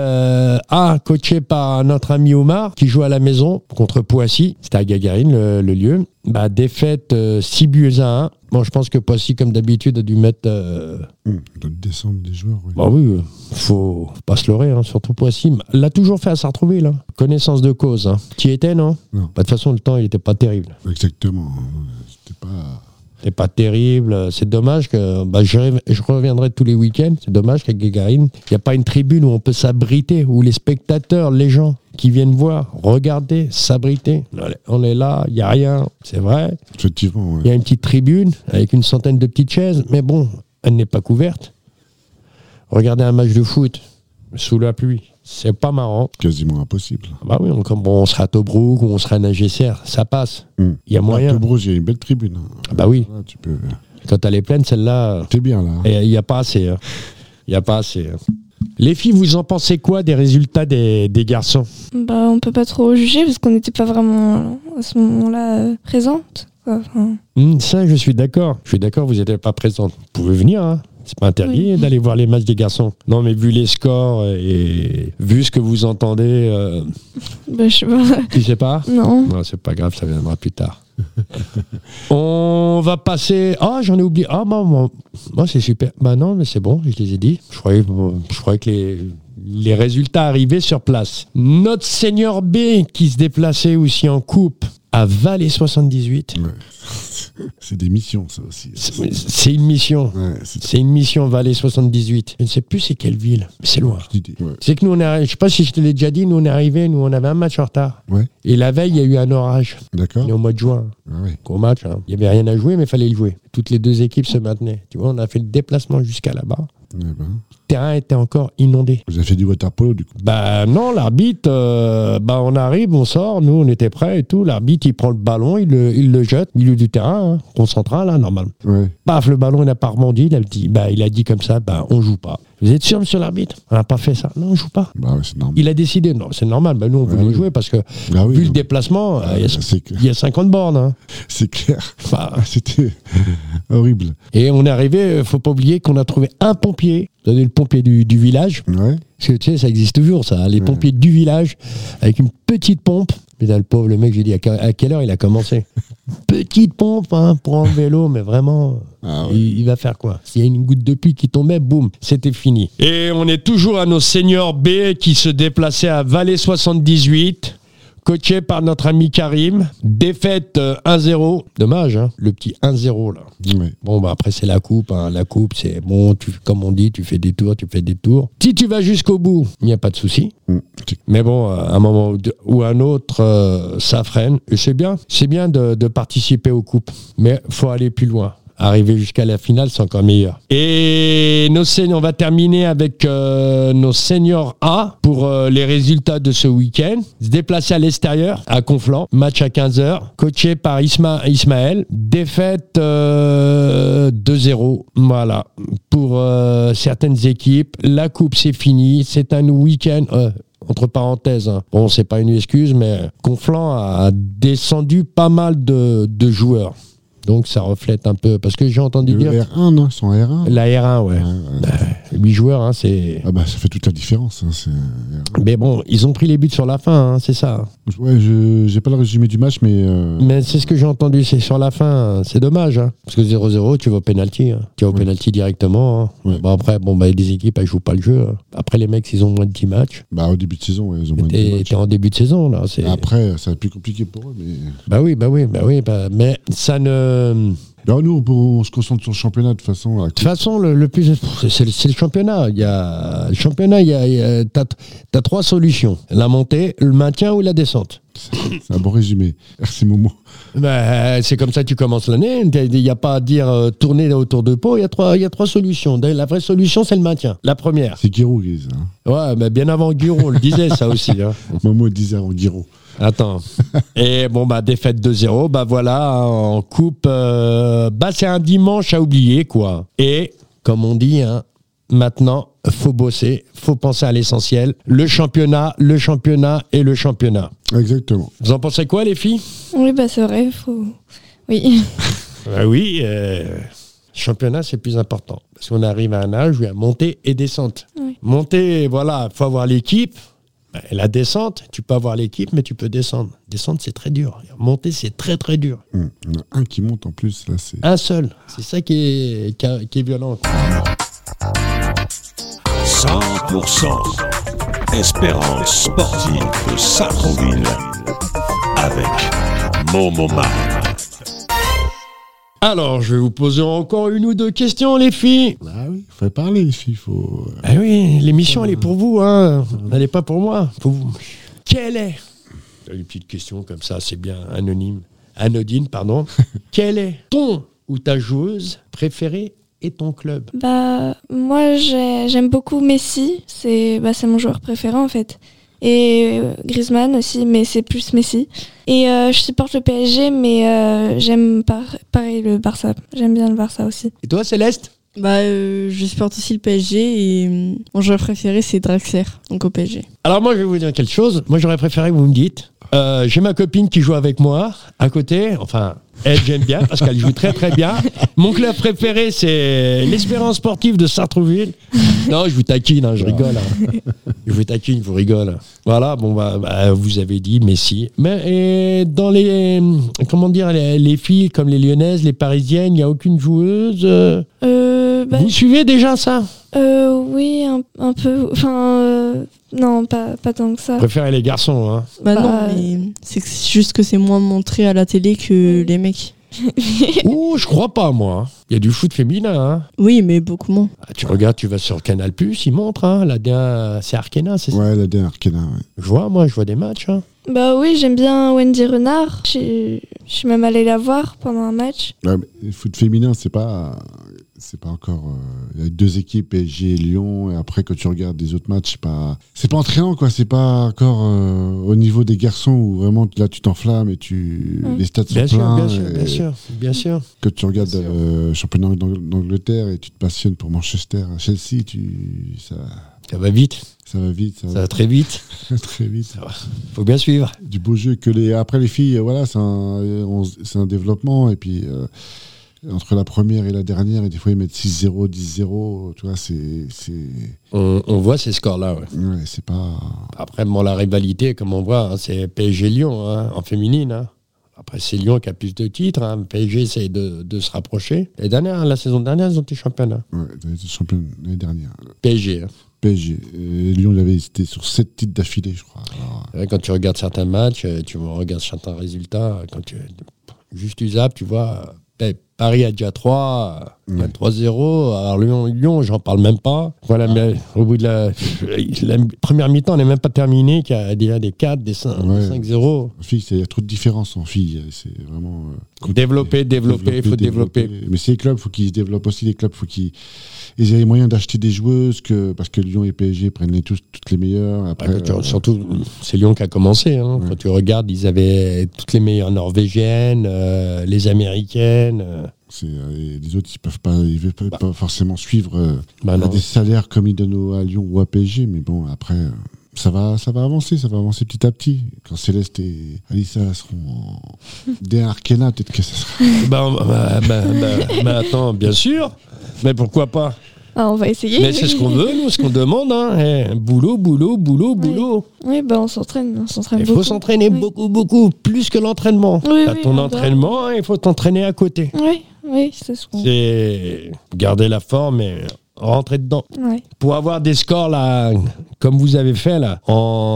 S2: coachée par notre ami Omar, qui joue à la maison contre Poissy. C'était à Gagarine, le, le lieu. Bah, défaite euh, 6 buts à 1. Bon, je pense que Poissy, comme d'habitude, a dû mettre. euh,
S3: Hum, de descendre des joueurs, oui.
S2: Bah oui, euh, faut faut pas se leurrer, hein, surtout Poissy. L'a toujours fait à s'en retrouver, là. Connaissance de cause. Hein. Tu y étais, non
S3: Non.
S2: Bah, De toute façon, le temps, il était pas terrible.
S3: Exactement. C'était pas.
S2: C'est pas terrible. euh, C'est dommage que bah, je, rev- je reviendrai tous les week-ends. C'est dommage qu'à Gagarine, il n'y a pas une tribune où on peut s'abriter, où les spectateurs, les gens qui viennent voir, regarder, s'abriter. On est- On est là, il n'y a rien. C'est vrai.
S3: Effectivement, ouais.
S2: Il y a une petite tribune avec une centaine de petites chaises, mais bon, elle n'est pas couverte. Regardez un match de foot sous la pluie, c'est pas marrant.
S3: quasiment impossible.
S2: Ah Bah oui, on, comme bon, on sera à Tobruk ou on sera à Nagesser, ça passe.
S3: Hmm.
S2: Il y a
S3: À
S2: moyen.
S3: Tobros, il y a une belle tribune. hein.
S2: Ah Bah oui,
S3: Là, tu peux.
S2: quand elle est pleine, celle-là. euh,
S3: T'es bien là. hein.
S2: Et Il n'y a pas assez. hein. Il n'y a pas assez. hein. Les filles, vous en pensez quoi des résultats des, des garçons
S4: Bah, on peut pas trop juger parce qu'on n'était pas vraiment à ce moment-là euh, présente. quoi. Enfin,
S2: Hmm, Ça, je suis d'accord. Je suis d'accord, vous n'êtes pas présente. Vous pouvez venir, hein. C'est pas interdit d'aller voir les matchs des garçons. Non, mais vu les scores et vu ce que vous entendez, euh,
S4: bah, je sais pas.
S2: tu sais pas
S4: Non.
S2: Non, c'est pas grave, ça viendra plus tard. On va passer. Ah, j'en ai oublié. Ah, bah, moi, moi, c'est super. Bah non, mais c'est bon, je les ai dit. Je croyais, je croyais que les, les résultats arrivaient sur place. Notre Seigneur B qui se déplaçait aussi en coupe à Valais 78.
S3: Ouais. C'est des missions, ça aussi.
S2: C'est c'est une mission.
S3: Ouais, c'est
S2: C'est une mission Valais 78. Je ne sais plus c'est quelle ville. mais C'est loin.
S3: une idée. Ouais.
S2: C'est que nous, on est arri- je sais pas si je te l'ai déjà dit, nous on est arrivés, nous on avait un match en retard.
S3: Ouais. Hein
S2: Et la veille, il y a eu un orage.
S3: D'accord
S2: On est au mois de juin.
S3: Ah ouais.
S2: Gros match. hein. Il n'y avait rien à jouer, mais il fallait le jouer. Toutes les deux équipes se maintenaient. Tu vois, on a fait le déplacement jusqu'à là-bas.
S3: Eh ben,
S2: Le terrain était encore inondé.
S3: Vous avez fait du water polo, du coup.
S2: Bah non, l'arbitre, euh, bah on arrive, on sort, nous on était prêts et tout. L'arbitre, il prend le ballon, il le, il le jette, milieu du terrain, hein, concentrant là, normal.
S3: Ouais.
S2: Paf, le ballon, il n'a pas rebondi. Il a, dit, bah, il a dit comme ça, bah on joue pas. Vous êtes sûr, monsieur l'arbitre On n'a pas fait ça. Non, on joue pas.
S3: Bah ouais, c'est normal.
S2: Il a décidé, non, c'est normal, bah, nous on
S3: Ouais,
S2: voulait
S3: oui.
S2: jouer parce que,
S3: Ah oui,
S2: vu le
S3: non.
S2: déplacement, euh, il y a-
S3: Ah, c'est cl-
S2: il y, a Bah. 50 bornes. hein.
S3: c'est clair.
S2: Enfin,
S3: Ah, C'était horrible.
S2: Et on est arrivé, euh, faut pas oublier qu'on a trouvé un pompier, donné le pompier du, du village.
S3: Ouais.
S2: Parce que tu sais, ça existe toujours, ça. hein, Les
S3: Ouais.
S2: pompiers du village, avec une petite pompe. Mais le pauvre, le mec, j'ai dit à, que- à quelle heure il a commencé Petite pompe hein, pour enlever l'eau, mais vraiment,
S3: Ah ouais.
S2: il, il va faire quoi S'il y a une goutte de pluie qui tombait, boum, c'était fini. Et on est toujours à nos seniors B qui se déplaçaient à Valais 78, coaché par notre ami Karim. Défaite euh, 1-0. Dommage, hein, le petit 1-0 là.
S3: Ouais.
S2: Bon, bah après, c'est la coupe. hein. La coupe, c'est bon, tu, comme on dit, tu fais des tours, tu fais des tours. Si tu vas jusqu'au bout, il n'y a pas de souci.
S3: Mm. C'est-
S2: Mais bon, euh, à un moment ou, deux- ou un autre, euh, ça freine. Et c'est bien, c'est bien de, de participer aux coupes. Mais faut aller plus loin. Arriver jusqu'à la finale, c'est encore meilleur. Et nos sen- on va terminer avec euh, nos seniors A pour euh, les résultats de ce week-end. Se déplacer à l'extérieur, à Conflans, match à 15h, coaché par Isma, Ismaël. Défaite euh, 2-0, voilà, pour euh, certaines équipes. La coupe, c'est fini. C'est un week-end, euh, entre parenthèses, hein. bon, c'est pas une excuse, mais euh, Conflans a descendu pas mal de, de joueurs. Donc ça reflète un peu, parce que j'ai entendu
S3: Le hein,
S2: dire
S3: R1, non Son R1
S2: la R1, ouais.
S3: Ouais, ouais.
S2: 8 joueurs, hein, c'est.
S3: Ah bah ça fait toute la différence. hein, c'est-
S2: Mais bon, ils ont pris les buts sur la fin, hein, c'est ça.
S3: Ouais, je j'ai pas le résumé du match, mais euh,
S2: Mais c'est ce que j'ai entendu, c'est sur la fin. hein. C'est dommage, hein. parce que 0-0, tu vas au penalty. hein. Tu vas au
S3: Ouais.
S2: penalty directement. hein.
S3: Ouais.
S2: Bon, après, bon, bah, les équipes, elles jouent pas le jeu. hein. Après, les mecs, ils ont moins de 10 matchs.
S3: bah, au début de saison, ouais, ils ont moins de
S2: Et
S3: matchs.
S2: t'es en début de saison, là. c'est-
S3: Après, ça va être plus compliqué pour eux. Mais...
S2: Bah oui, bah oui, bah oui. bah- Mais ça ne.
S3: Alors, Bah, nous, on, on se concentre sur le championnat de toute façon. à la
S2: De toute façon, le, le plus, pff, c'est le, c'est le championnat. Il y a le championnat. Il y a, il y a- t'as, t'as trois solutions la montée, le maintien ou la descente.
S3: C'est un bon résumé. Merci Momo.
S2: Bah, c'est comme ça que tu commences l'année. Il n'y a pas à dire euh, tourner autour de pot. Il y a trois, il y a trois solutions. La vraie solution, c'est le maintien. La première.
S3: C'est Guiraud qui disait ça. hein.
S2: Ouais, mais bien avant Guillaume, on le disait ça aussi. hein.
S3: Momo disait avant Guiraud.
S2: Attends. Et bon, bah, défaite 2-0. Bah voilà, en coupe. euh, bah, c'est un dimanche à oublier, quoi. Et, comme on dit, hein, maintenant, faut bosser, faut penser à l'essentiel. Le championnat, le championnat et le championnat.
S3: Exactement.
S2: Vous en pensez quoi, les filles
S4: Oui, bah c'est vrai, faut. Oui.
S2: Bah oui, euh, championnat, c'est plus important. Parce qu'on arrive à un âge où il y a montée et descente.
S4: Oui.
S2: Montée, voilà, faut avoir l'équipe. Bah, La descente, tu peux avoir l'équipe, mais tu peux descendre. Descendre, c'est très dur. Monter, c'est très, très dur.
S3: Hum, Il y en a un qui monte en plus, là, c'est.
S2: Un seul. C'est ça qui est, qui est- qui est violent.
S1: 100% Espérance sportive de Sacroville avec Momo Mike.
S2: Alors, je vais vous poser encore une ou deux questions, les filles.
S3: Bah oui, faut parler ici, faut. euh,
S2: Ah oui, l'émission, elle est pour vous. Hein. Elle n'est pas pour moi. Pour vous. Quelle est Une petite question comme ça, c'est bien anonyme. Anodine, pardon. Quel est ton ou ta joueuse préférée et ton club
S4: Bah, moi, j'ai- j'aime beaucoup Messi. C'est bah, c'est mon joueur préféré, en fait. Et euh, Griezmann aussi, mais c'est plus Messi. Et euh, je supporte le PSG, mais euh, j'aime par- pareil le Barça. J'aime bien le Barça aussi.
S2: Et toi, Céleste
S5: Bah, euh, je supporte aussi le PSG et euh, mon joueur préféré c'est Draxler, donc au PSG.
S2: Alors moi, je vais vous dire quelque chose. Moi, j'aurais préféré que vous me dites. Euh, j'ai ma copine qui joue avec moi à côté. Enfin, elle j'aime bien parce qu'elle joue très très bien. Mon club préféré, c'est l'Espérance sportive de Sartrouville. Non, je vous taquine, hein, je rigole. hein. Je vous taquine, vous rigole. Voilà, bon, bah, bah, vous avez dit Messi. Mais et dans les, comment dire, les, les filles comme les lyonnaises, les parisiennes, il n'y a aucune joueuse. euh,
S4: Euh, bah,
S2: Vous suivez déjà ça
S4: euh, oui, un, un peu. Enfin, euh, non, pas, pas tant que ça.
S2: Préférez les garçons, hein.
S5: Bah,
S4: Bah,
S5: non, mais c'est que- c'est juste que c'est moins montré à la télé que les mecs.
S2: Oh, je crois pas, moi. Il y a du foot féminin, hein.
S5: Oui, mais beaucoup moins.
S2: Ah, tu regardes, tu vas sur Canal Plus, ils montrent, hein, la dernière- c'est Arkena, c'est ça
S3: Ouais, la dernière Kenan, ouais.
S2: Je vois, moi, je vois des matchs. hein.
S4: Bah oui, j'aime bien Wendy Renard. Je je suis même allée la voir pendant un match.
S3: Ouais, mais le foot féminin, c'est pas, c'est pas encore. euh, Il y a deux équipes, PSG et Lyon, et après quand tu regardes les autres matchs, c'est pas, c'est pas entraînant quoi. C'est pas encore euh, au niveau des garçons où vraiment là tu t'enflammes et tu,
S4: Mm.
S3: les stades
S2: Bien
S3: sont
S2: sûr,
S3: pleins.
S2: bien sûr, bien
S3: et
S2: sûr, bien sûr.
S3: Quand tu regardes euh,
S2: Bien sûr.
S3: le championnat d'Ang- d'Angleterre et tu te passionnes pour Manchester, Chelsea, tu, ça,
S2: Ça va vite,
S3: ça va vite, ça,
S2: ça
S3: va
S2: va très vite.
S3: très vite.
S2: Faut bien suivre.
S3: Du beau jeu que les. Après les filles, euh, voilà, c'est un, on s- c'est un développement et puis. euh, entre la première et la dernière, et des fois ils mettent 6-0, 10-0, tu vois, c'est. c'est-
S2: On, on voit ces scores-là. ouais.
S3: Ouais, c'est pas.
S2: Après, bon, la rivalité, comme on voit, hein, c'est PSG-Lyon hein, en féminine. hein. Après, c'est Lyon qui a plus de titres. hein. PSG essaye de, de se rapprocher. Les dernières, la saison dernière, ils ont été hein. championnats.
S3: Ouais, ils ont été champions l'année dernière.
S2: PSG. hein.
S3: PSG. Et euh, Lyon, il avait été sur 7 titres d'affilée, je crois. Alors,
S2: Ouais, Hein, Quand tu regardes certains matchs, euh, tu regardes certains résultats, quand tu juste usable, tu vois, euh, Paris a déjà euh, 3, il y a
S3: Ouais.
S2: 3-0, alors Lyon, Lyon j'en parle même pas. Voilà, mais euh, au bout de la, la première mi-temps, on n'est même pas terminé, qu'il y a déjà des 4, des 5,
S3: Ouais.
S2: 0
S3: en filles, c'est- il y a trop de différences en filles. C'est vraiment. euh, compliqué.
S2: Développer, développer, il faut développer.
S3: Mais c'est les clubs, il faut qu'ils se développent aussi. Les clubs, faut qu'ils ils aient les moyens d'acheter des joueuses, que, parce que Lyon et PSG prennent les tous, toutes les meilleures. Après,
S2: Après, quand tu-
S3: euh,
S2: surtout, c'est Lyon qui a commencé. hein. Quand tu regardes, ils avaient toutes les meilleures norvégiennes, euh, les américaines. euh,
S3: c'est, euh, et les autres, ils peuvent pas, ils peuvent pas forcément suivre. euh,
S2: bah
S3: On a
S2: non.
S3: des salaires comme ils donnent au- à Lyon ou à PSG, mais bon, après, euh, ça va, ça va avancer, ça va avancer petit à petit. Quand Céleste et Alissa seront en... des Arkena, peut-être que ça sera.
S2: Bah, bah, bah, bah, bah, attends, bien sûr. Mais pourquoi pas
S4: Ah, on va essayer.
S2: Mais c'est ce qu'on veut, nous, ce qu'on demande. Hein. Eh, Boulot, boulot, boulot, boulot.
S4: Oui, bah on s'entraîne, on s'entraîne
S2: Il
S4: beaucoup.
S2: faut s'entraîner
S4: Oui.
S2: beaucoup, beaucoup, plus que l'entraînement.
S4: Oui,
S2: T'as
S4: oui,
S2: ton
S4: on
S2: entraînement, hein, il faut t'entraîner à côté.
S4: Oui, oui, c'est ce qu'on.
S2: C'est garder la forme et rentrer dedans.
S4: Ouais.
S2: Pour avoir des scores, là, comme vous avez fait, là,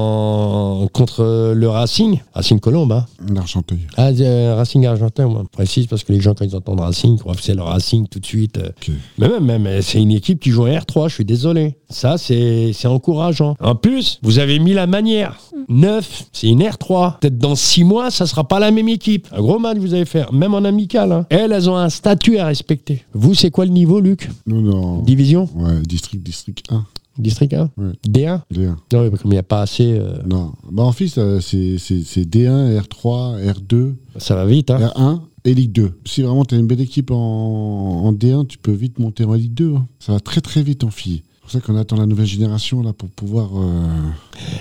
S2: en... contre le Racing, Racing Colombe, hein.
S3: L'Argenteuil.
S2: Ah, euh, Racing Argentin, moi, précise, parce que les gens, quand ils entendent Racing, ils croient que c'est le Racing tout de suite. euh.
S3: Ok.
S2: Mais même, même, euh, c'est une équipe qui joue en R3, je suis désolé. Ça, c'est c'est encourageant. En plus, vous avez mis la manière. 9, c'est une R3. Peut-être dans 6 mois, ça sera pas la même équipe. Un gros match, vous allez faire, même en amical. hein. Elles, elles ont un statut à respecter. Vous, c'est quoi le niveau, Luc
S3: Nous, non.
S2: Division
S3: Ouais, district, district 1.
S2: District 1
S3: Ouais.
S2: D1
S3: D1.
S2: Non, mais comme il n'y a pas assez, euh,
S3: Non. Bah, en fils, euh, c'est c'est- c'est D1, R3, R2,
S2: ça va vite. Hein.
S3: R1 et Ligue 2. Si vraiment tu as une belle équipe en, en D1, tu peux vite monter en Ligue 2. hein. Ça va très très vite en filles. C'est pour ça qu'on attend la nouvelle génération là pour pouvoir euh,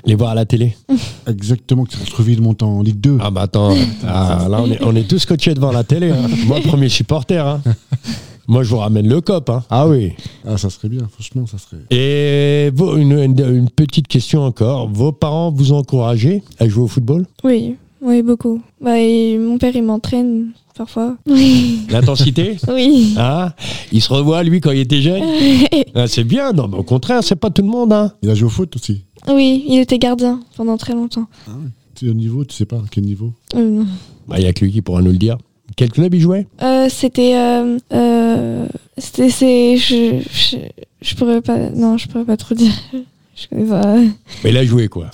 S2: Les voir à la télé.
S3: exactement que Sartreville monte en Ligue 2.
S2: Ah bah attends, ah, là on est, on est tous coachés devant la télé. hein. Moi, premier supporter. hein. Moi, je vous ramène le cop. hein. Ah oui.
S3: Ah, ça serait bien, franchement, ça serait.
S2: Et vos- une, une- une petite question encore. Vos parents vous ont encouragé à jouer au football
S4: Oui, oui, beaucoup. Bah, et mon père, il m'entraîne parfois.
S2: L'intensité
S4: Oui.
S2: Hein Il se revoit, lui, quand il était jeune Ah, C'est bien, non, mais au contraire, c'est pas tout le monde. Hein.
S3: Il a joué au foot aussi.
S4: oui, il était gardien pendant très longtemps.
S3: Tu es au niveau, tu sais pas à quel niveau.
S4: Euh, non.
S2: Bah, Il n'y a que lui qui pourra nous le dire. Quel club il jouait
S4: Euh, c'était. Euh, euh, c'était. c'est- Je, je, je pourrais pas. Non, je pourrais pas trop dire. Je connais pas.
S2: Mais Il a joué, quoi.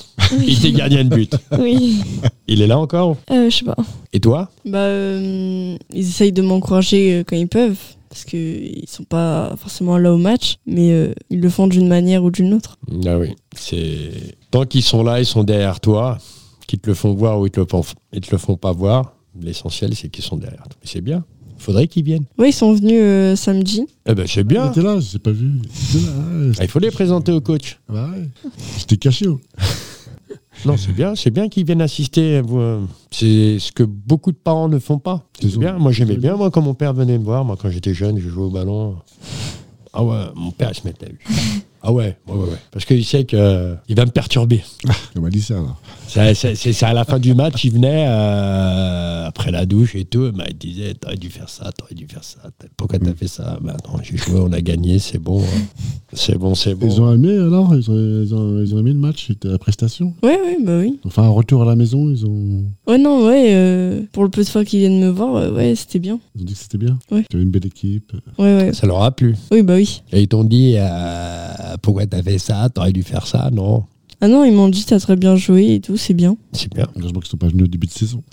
S2: Il était gardien de but.
S4: Oui.
S2: Il est là encore
S4: Euh, je sais pas.
S2: Et toi
S5: Bah, euh, ils essayent de m'encourager euh, quand ils peuvent, parce qu'ils sont pas forcément là au match, mais euh, ils le font d'une manière ou d'une autre.
S2: Ah oui. C'est... Tant qu'ils sont là, ils sont derrière toi, qu'ils te le font voir ou ils te le font, ils te le font pas voir, l'essentiel, c'est qu'ils sont derrière toi. Mais c'est bien. Faudrait qu'ils viennent.
S5: Ouais, ils sont venus euh, samedi.
S2: Eh ben, c'est
S3: Il
S2: bien.
S3: était là, je sais pas vu. Il était là, ouais.
S2: Ah, Il faut les présenter au coach.
S3: Bah ouais. J'étais caché. oh.
S2: Non, c'est bien, c'est bien qu'ils viennent assister. à vous, euh, C'est ce que beaucoup de parents ne font pas. C'est
S3: Ils ont-
S2: bien. Moi, j'aimais bien, moi, quand mon père venait me voir. Moi, quand j'étais jeune, je jouais au ballon. Ah ouais, mon père, il se mettait à lui. Ah ouais, ouais, ouais, ouais. Parce qu'il sait qu'il va me perturber.
S3: On m'a dit ça alors.
S2: Ça- C'est c'est- c'est à la fin du match, il venait euh, après la douche et tout. bah, il disait T'aurais dû faire ça, t'aurais dû faire ça. t'as- Pourquoi
S3: Mm.
S2: t'as fait ça Bah non, j'ai joué, on a gagné, c'est bon. hein. C'est bon, c'est bon.
S3: Ils ont aimé alors ils ont, ils ont- ils ont aimé le match, c'était la prestation.
S5: Ouais, ouais, bah oui.
S3: Enfin, un retour à la maison, ils ont,
S5: Ouais, Oh non, ouais, euh, pour le peu de fois qu'ils viennent me voir, euh, ouais, c'était bien.
S3: ils ont dit que c'était bien.
S5: Ouais.
S3: Tu avais une belle équipe.
S5: Ouais, ouais.
S2: Ça leur a plu.
S5: Oui, bah oui.
S2: Et ils t'ont dit euh, Pourquoi t'as fait ça T'aurais dû faire ça Non.
S5: Ah non, ils m'ont dit, t'as très bien joué et tout, c'est bien.
S2: C'est bien.
S3: Heureusement qu'ils sont pas venus au début de saison.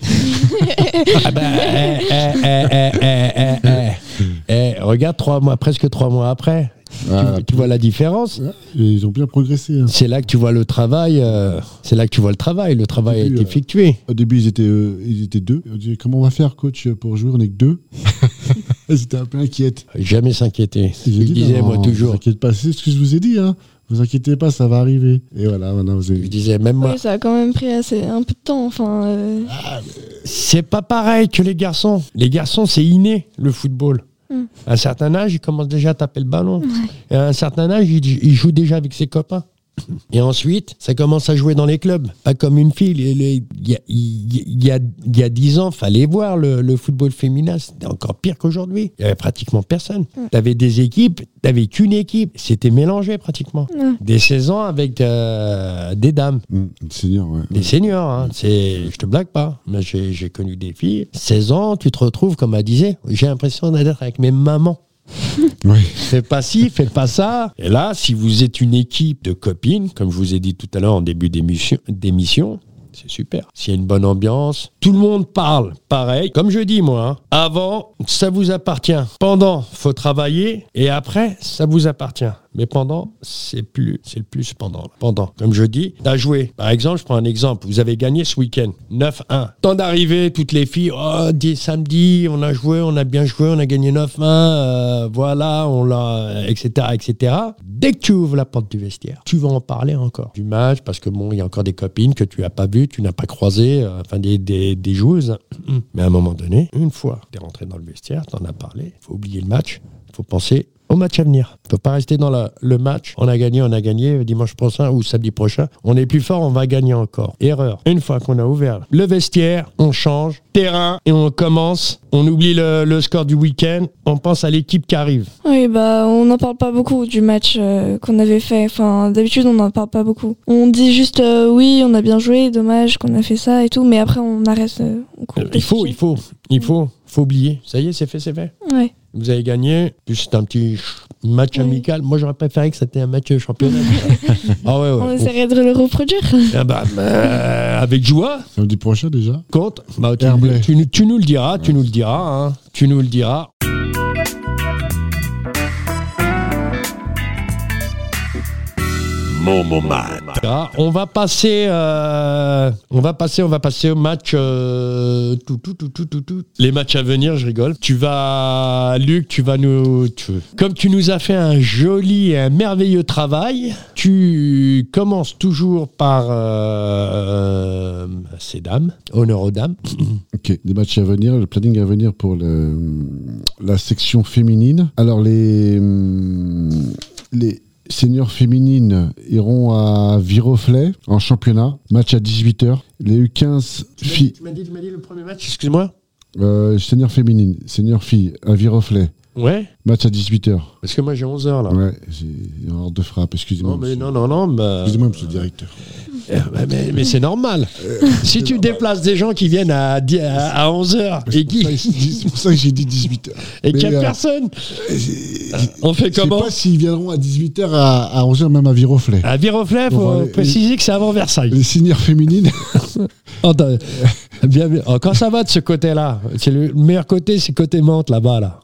S2: Ah bah, eh, eh, eh, eh, eh, eh, eh. Eh, regarde, trois mois, presque trois mois après,
S3: Ah,
S2: tu, tu vois la différence.
S3: et ils ont bien progressé. hein.
S2: C'est là que tu vois le travail. euh, c'est là que tu vois le travail. Le travail
S3: Et
S2: est
S3: puis, euh,
S2: effectué.
S3: Au début, ils étaient, euh, ils étaient deux. On dit comment on va faire, coach, pour jouer On est que deux. ils étaient un peu inquiètes.
S2: Jamais s'inquiéter.
S3: Ils ont
S2: Il
S3: dit,
S2: disait,
S3: non,
S2: moi
S3: Vous
S2: toujours.
S3: inquiétez pas, c'est ce que je vous ai dit. Hein. Vous inquiétez pas, ça va arriver. Et voilà, maintenant vous
S2: Je
S3: avez.
S2: disais, même moi,
S4: Oui, ça a quand même pris assez, un peu de temps. Enfin, euh,
S2: c'est pas pareil que les garçons. Les garçons, c'est inné, le football.
S4: Mm.
S2: À un certain âge, ils commencent déjà à taper le ballon. Et à un certain âge, ils, ils jouent déjà avec ses copains. Et ensuite, ça commence à jouer dans les clubs. Pas comme une fille. Les- les- Il y a- il y a il y a dix ans, fallait voir le, le football féminin. C'était encore pire qu'aujourd'hui. Il y avait pratiquement personne. T'avais des équipes, t'avais qu'une équipe. C'était mélangé pratiquement.
S4: Mm.
S2: Des saisons avec euh, des dames.
S3: Hum, Seigneur, ouais.
S2: Des seniors, hein, c'est, je te blague pas. Mais j'ai, j'ai connu des filles. 16 ans, tu te retrouves, comme elle disait, j'ai l'impression d'être avec mes mamans. Mm.
S3: Ouais.
S2: Fais pas ci, fais pas ça. Et là, si vous êtes une équipe de copines, comme je vous ai dit tout à l'heure en début d'émission, d'émission c'est super. S'il y a une bonne ambiance, tout le monde parle. Pareil, comme je dis moi, hein. avant, ça vous appartient. Pendant, faut travailler. Et après, ça vous appartient. Mais pendant, c'est plus, c'est le plus pendant. là. Pendant, comme je dis, t'as joué. Par exemple, je prends un exemple. Vous avez gagné ce week-end, 9-1. Temps d'arrivée, toutes les filles, oh, dès samedi, on a joué, on a bien joué, on a gagné 9-1, euh, voilà, on l'a, euh, etc., etc. Dès que tu ouvres la porte du vestiaire, tu vas en parler encore du match parce que bon, il y a encore des copines que tu as pas vues, tu n'as pas croisées, euh, enfin des, des, des joueuses. Mais à un moment donné, une fois que tu es rentré dans le vestiaire, tu en as parlé, faut oublier le match, faut penser au match à venir. Faut pas rester dans la- le match. On a gagné, on a gagné dimanche prochain ou samedi prochain. On est plus fort, on va gagner encore. Erreur. Une fois qu'on a ouvert le vestiaire, on change terrain et on commence. On oublie le, le score du week-end. On pense à l'équipe qui arrive.
S4: oui, bah, on n'en parle pas beaucoup du match euh, qu'on avait fait. Enfin, d'habitude, on n'en parle pas beaucoup. On dit juste euh, oui, on a bien joué, dommage qu'on a fait ça et tout, mais après, on arrête. euh, on coupe
S2: Euh, il faut, il faut, il faut, faut oublier. Ça y est, c'est fait, c'est fait.
S4: Ouais.
S2: Vous avez gagné. Puis c'est un petit ch- match
S4: Oui.
S2: amical. Moi, j'aurais préféré que c'était un match de championnat. ah ouais,
S4: On
S2: ouais.
S4: essaierait de le reproduire.
S2: Ah bah, bah, avec joie.
S3: Samedi prochain déjà.
S2: compte, bah, tu,
S3: Herblay.
S2: tu nous- tu nous le diras, tu nous le diras, hein. tu nous le diras.
S1: Momoman.
S2: Ah, on va passer, euh, on va passer, on va passer au match. euh, tout, tout, tout, tout, tout, tout. Les matchs à venir, je rigole. Tu vas, Luc, tu vas nous, tu- comme tu nous as fait un joli et un merveilleux travail, tu commences toujours par euh, euh, ces dames, honneur aux dames.
S3: Ok, les matchs à venir, le planning à venir pour le, la section féminine. Alors, les, les seniors féminines iront à Viroflay en championnat, match à 18h. Les U15 filles,
S2: m'as dit, le premier match. Excuse-moi.
S3: euh, seniors féminines, seniors filles à Viroflay,
S2: Ouais,
S3: match à 18h.
S2: parce que moi j'ai 11 heures là.
S3: Ouais, j'ai une erreur de frappe, excusez-moi.
S2: Ah. Non mais
S3: monsieur.
S2: non non non. bah,
S3: Excusez-moi, monsieur le directeur.
S2: Euh, bah, mais mais c'est normal.
S3: Euh,
S2: si tu déplaces des gens qui viennent à, 11h et qui
S3: C'est pour ça que j'ai dit 18h.
S2: et
S3: mais,
S2: qu'il n'y a
S3: euh,
S2: personne, on fait
S3: Je sais
S2: comment Ah,
S3: pas s'ils viendront à 18h à, à 11h, même à Viroflay.
S2: À Viroflay, faut
S3: Bon, bah, les-
S2: préciser que c'est avant Versailles.
S3: Les seniors féminines,
S2: Oh, t'as- bien, bien. Oh, quand ça va de ce côté-là, c'est le meilleur côté, c'est côté Mantes là-bas là.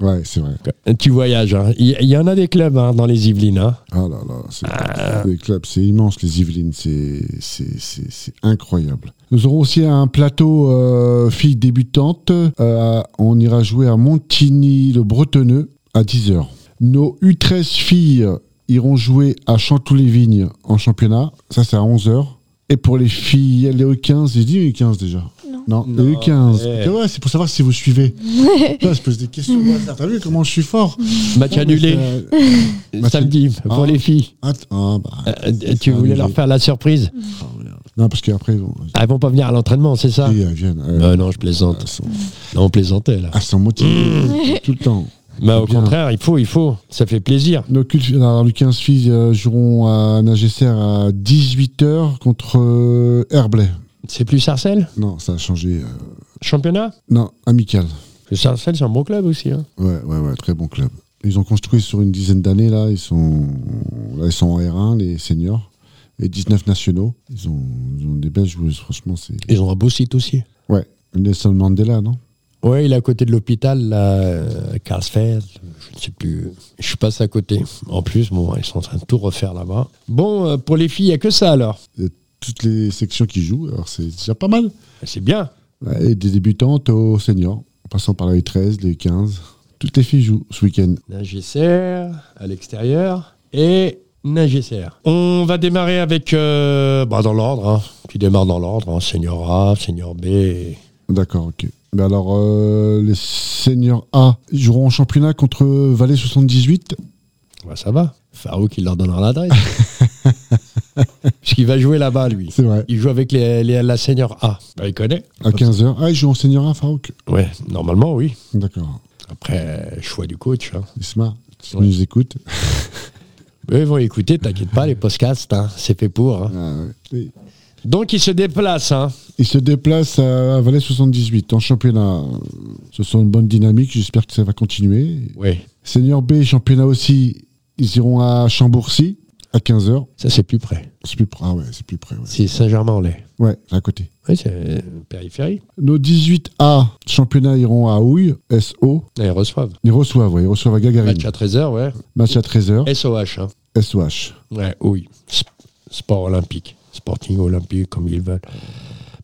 S3: ouais, c'est vrai.
S2: Tu voyages. hein. Il il y, en a des clubs hein, dans les Yvelines. hein.
S3: Ah là là, c'est les clubs, c'est immense les Yvelines, c'est c'est- c'est- c'est incroyable. Nous aurons aussi un plateau euh, filles débutantes. Euh, on ira jouer à Montigny-le-Bretonneux à 10h. Nos U13 filles iront jouer à Chantou-les-Vignes en championnat. Ça, c'est à 11h. Et pour les filles, les U15, j'ai dit U15 déjà.
S4: Non.
S3: les
S2: Non,
S3: U15.
S2: eh.
S3: Ah Ouais, c'est pour savoir si vous suivez. Là, je pose des questions. au hasard. T'as vu comment je suis fort
S2: Match annulé
S3: Euh, match
S2: samedi pour
S3: Ah.
S2: les filles.
S3: att- ah, bah,
S2: Euh,
S3: c'est
S2: tu voulais
S3: annulé.
S2: leur faire la surprise. Ah,
S3: Non, parce qu'après, bon,
S2: Elles vont pas venir à l'entraînement, c'est ça
S3: ils viennent. euh,
S2: Euh, Non, je plaisante.
S3: elles sont-
S2: Non, on plaisantait là.
S3: elles sont motivées tout le temps.
S2: Bah, au
S3: Bien.
S2: contraire, il faut, il faut. Ça fait plaisir.
S3: Nos cul- alors, les 15 filles euh, joueront à Nagesser à 18h contre euh, Herblay.
S2: C'est plus Sarcelles
S3: Non, ça a changé. euh,
S2: Championnat
S3: Non, Amical.
S2: Parce que Sarcelles, c'est un bon club aussi. hein.
S3: Ouais, ouais, ouais, très bon club. Ils ont construit sur une dizaine d'années, là. Ils sont, là, ils sont en R1, les seniors. Et 19 nationaux. Ils ont, ils ont des belles joueuses, franchement. c'est...
S2: Ils ont un beau site aussi.
S3: Ouais. Nelson Mandela, non
S2: Ouais, il est à côté de l'hôpital, là, euh, Carlsfeld, je ne sais plus. Je passe à côté. En plus, bon, ils sont en train de tout refaire là-bas. Bon, euh, pour les filles, il n'y a que ça alors.
S3: Toutes les sections qui jouent, alors c'est déjà pas mal.
S2: C'est bien.
S3: Ouais, Et des débutantes aux seniors, en passant par la U13, les U15. Toutes les filles jouent ce week-end.
S2: Nagesser, à l'extérieur, et Nagesser. On va démarrer avec, euh, bah, dans l'ordre, hein. tu démarres dans l'ordre, hein. senior A, senior B, et-
S3: D'accord, ok. Mais alors, euh, les seniors A ils joueront en championnat contre Valais 78.
S2: Bah, ça va. Farouk, il leur donnera l'adresse. Parce qu'il va jouer là-bas, lui.
S3: C'est vrai.
S2: Il joue avec les, les- la senior A. Bah, il connaît.
S3: À 15h. Ah, ils jouent en senior A, Farouk
S2: Ouais, normalement, oui.
S3: D'accord.
S2: Après, euh, choix du coach. hein.
S3: Isma, si
S2: Ouais.
S3: tu nous écoutes.
S2: Eux, ils vont écouter, t'inquiète pas, les podcasts, hein, c'est fait pour. hein.
S3: Ah, ouais.
S2: Donc, ils se déplacent. hein.
S3: Ils se déplacent à Valais 78 en championnat. Ce sont une bonne dynamique. J'espère que ça va continuer.
S2: Ouais.
S3: Senior B, championnat aussi. Ils iront à Chambourcy à 15h.
S2: Ça, c'est plus près.
S3: C'est plus près. Ah ouais, c'est plus près. Ouais,
S2: C'est Saint-Germain-en-Laye.
S3: ouais c'est à côté.
S2: Oui, c'est euh, périphérie.
S3: Nos 18A championnat iront à Houille, SO.
S2: Là, ils reçoivent.
S3: Ils reçoivent, ouais, ils reçoivent à Gagarine.
S2: Match à 13h, ouais.
S3: Match à 13h,
S2: SOH. hein.
S3: SOH.
S2: Ouais, oh oui. S- Sport olympique. Sporting olympique, comme ils veulent.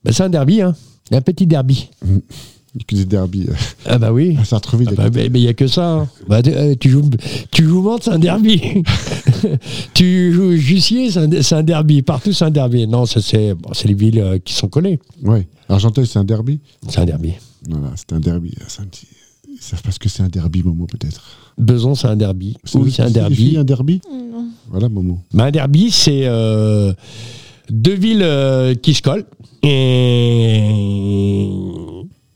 S2: Bah, c'est un derby, hein. Un petit derby.
S3: Il y a Que des derbies.
S2: Ah, bah oui.
S3: Ah, Ça retrouve
S2: Ah bah, mais il n'y a que ça. hein. Bah, tu- euh, tu joues, tu joues Mantes, c'est un derby. tu joues Jussier, c'est un, c'est un derby. Partout, c'est un derby. Non, ça, c'est bon, c'est les villes euh, qui sont collées.
S3: Ouais. Argenteuil, c'est un derby
S2: C'est un derby.
S3: Voilà, c'est un derby. euh, C'est un petit- Ils savent pas ce que c'est un derby, Momo, peut-être.
S2: Besançon, c'est un derby.
S3: C'est-
S2: Oui, c'est un
S3: les filles,
S2: derby.
S3: un derby
S4: Non.
S3: Voilà, Momo.
S2: Bah, un derby, c'est euh, deux villes euh, qui se collent. Et.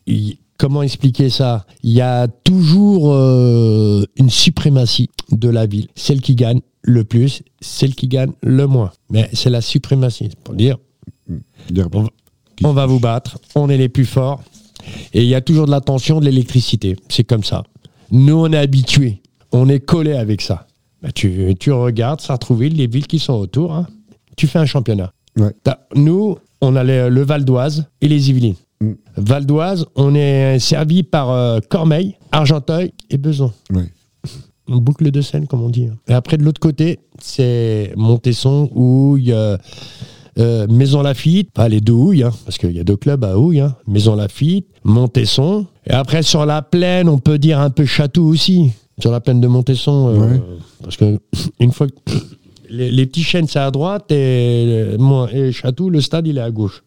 S2: il- Comment expliquer ça Il y a toujours euh, une suprématie de la ville. Celle qui gagne le plus, celle qui gagne le moins. Mais c'est la suprématie. C'est Pour dire,
S3: Derby.
S2: On va- on va vous battre, on est les plus forts. Et il y a toujours de la tension, de l'électricité. C'est comme ça. Nous, on est habitués. On est collés avec ça. Bah, tu, tu regardes Sartrouville, les villes qui sont autour. hein. Tu fais un championnat.
S3: Ouais.
S2: T'as- Nous, on a le, le Val d'Oise et les Yvelines.
S3: Mm.
S2: Val d'Oise, on est servi par euh, Cormeil, Argenteuil et Besançon.
S3: Ouais.
S2: boucle de scène, comme on dit. hein. Et après, de l'autre côté, c'est Montesson où il y a. euh, Maison Lafitte, pas les deux houilles, hein, parce qu'il y a deux clubs à houilles, hein. Maison Lafitte, Montesson. Et après, sur la plaine, on peut dire un peu Château aussi, sur la plaine de Montesson. euh,
S3: Ouais.
S2: Parce que, une fois que les, les petits chênes, c'est à droite, et, euh, moi- et Château, le stade, il est à gauche.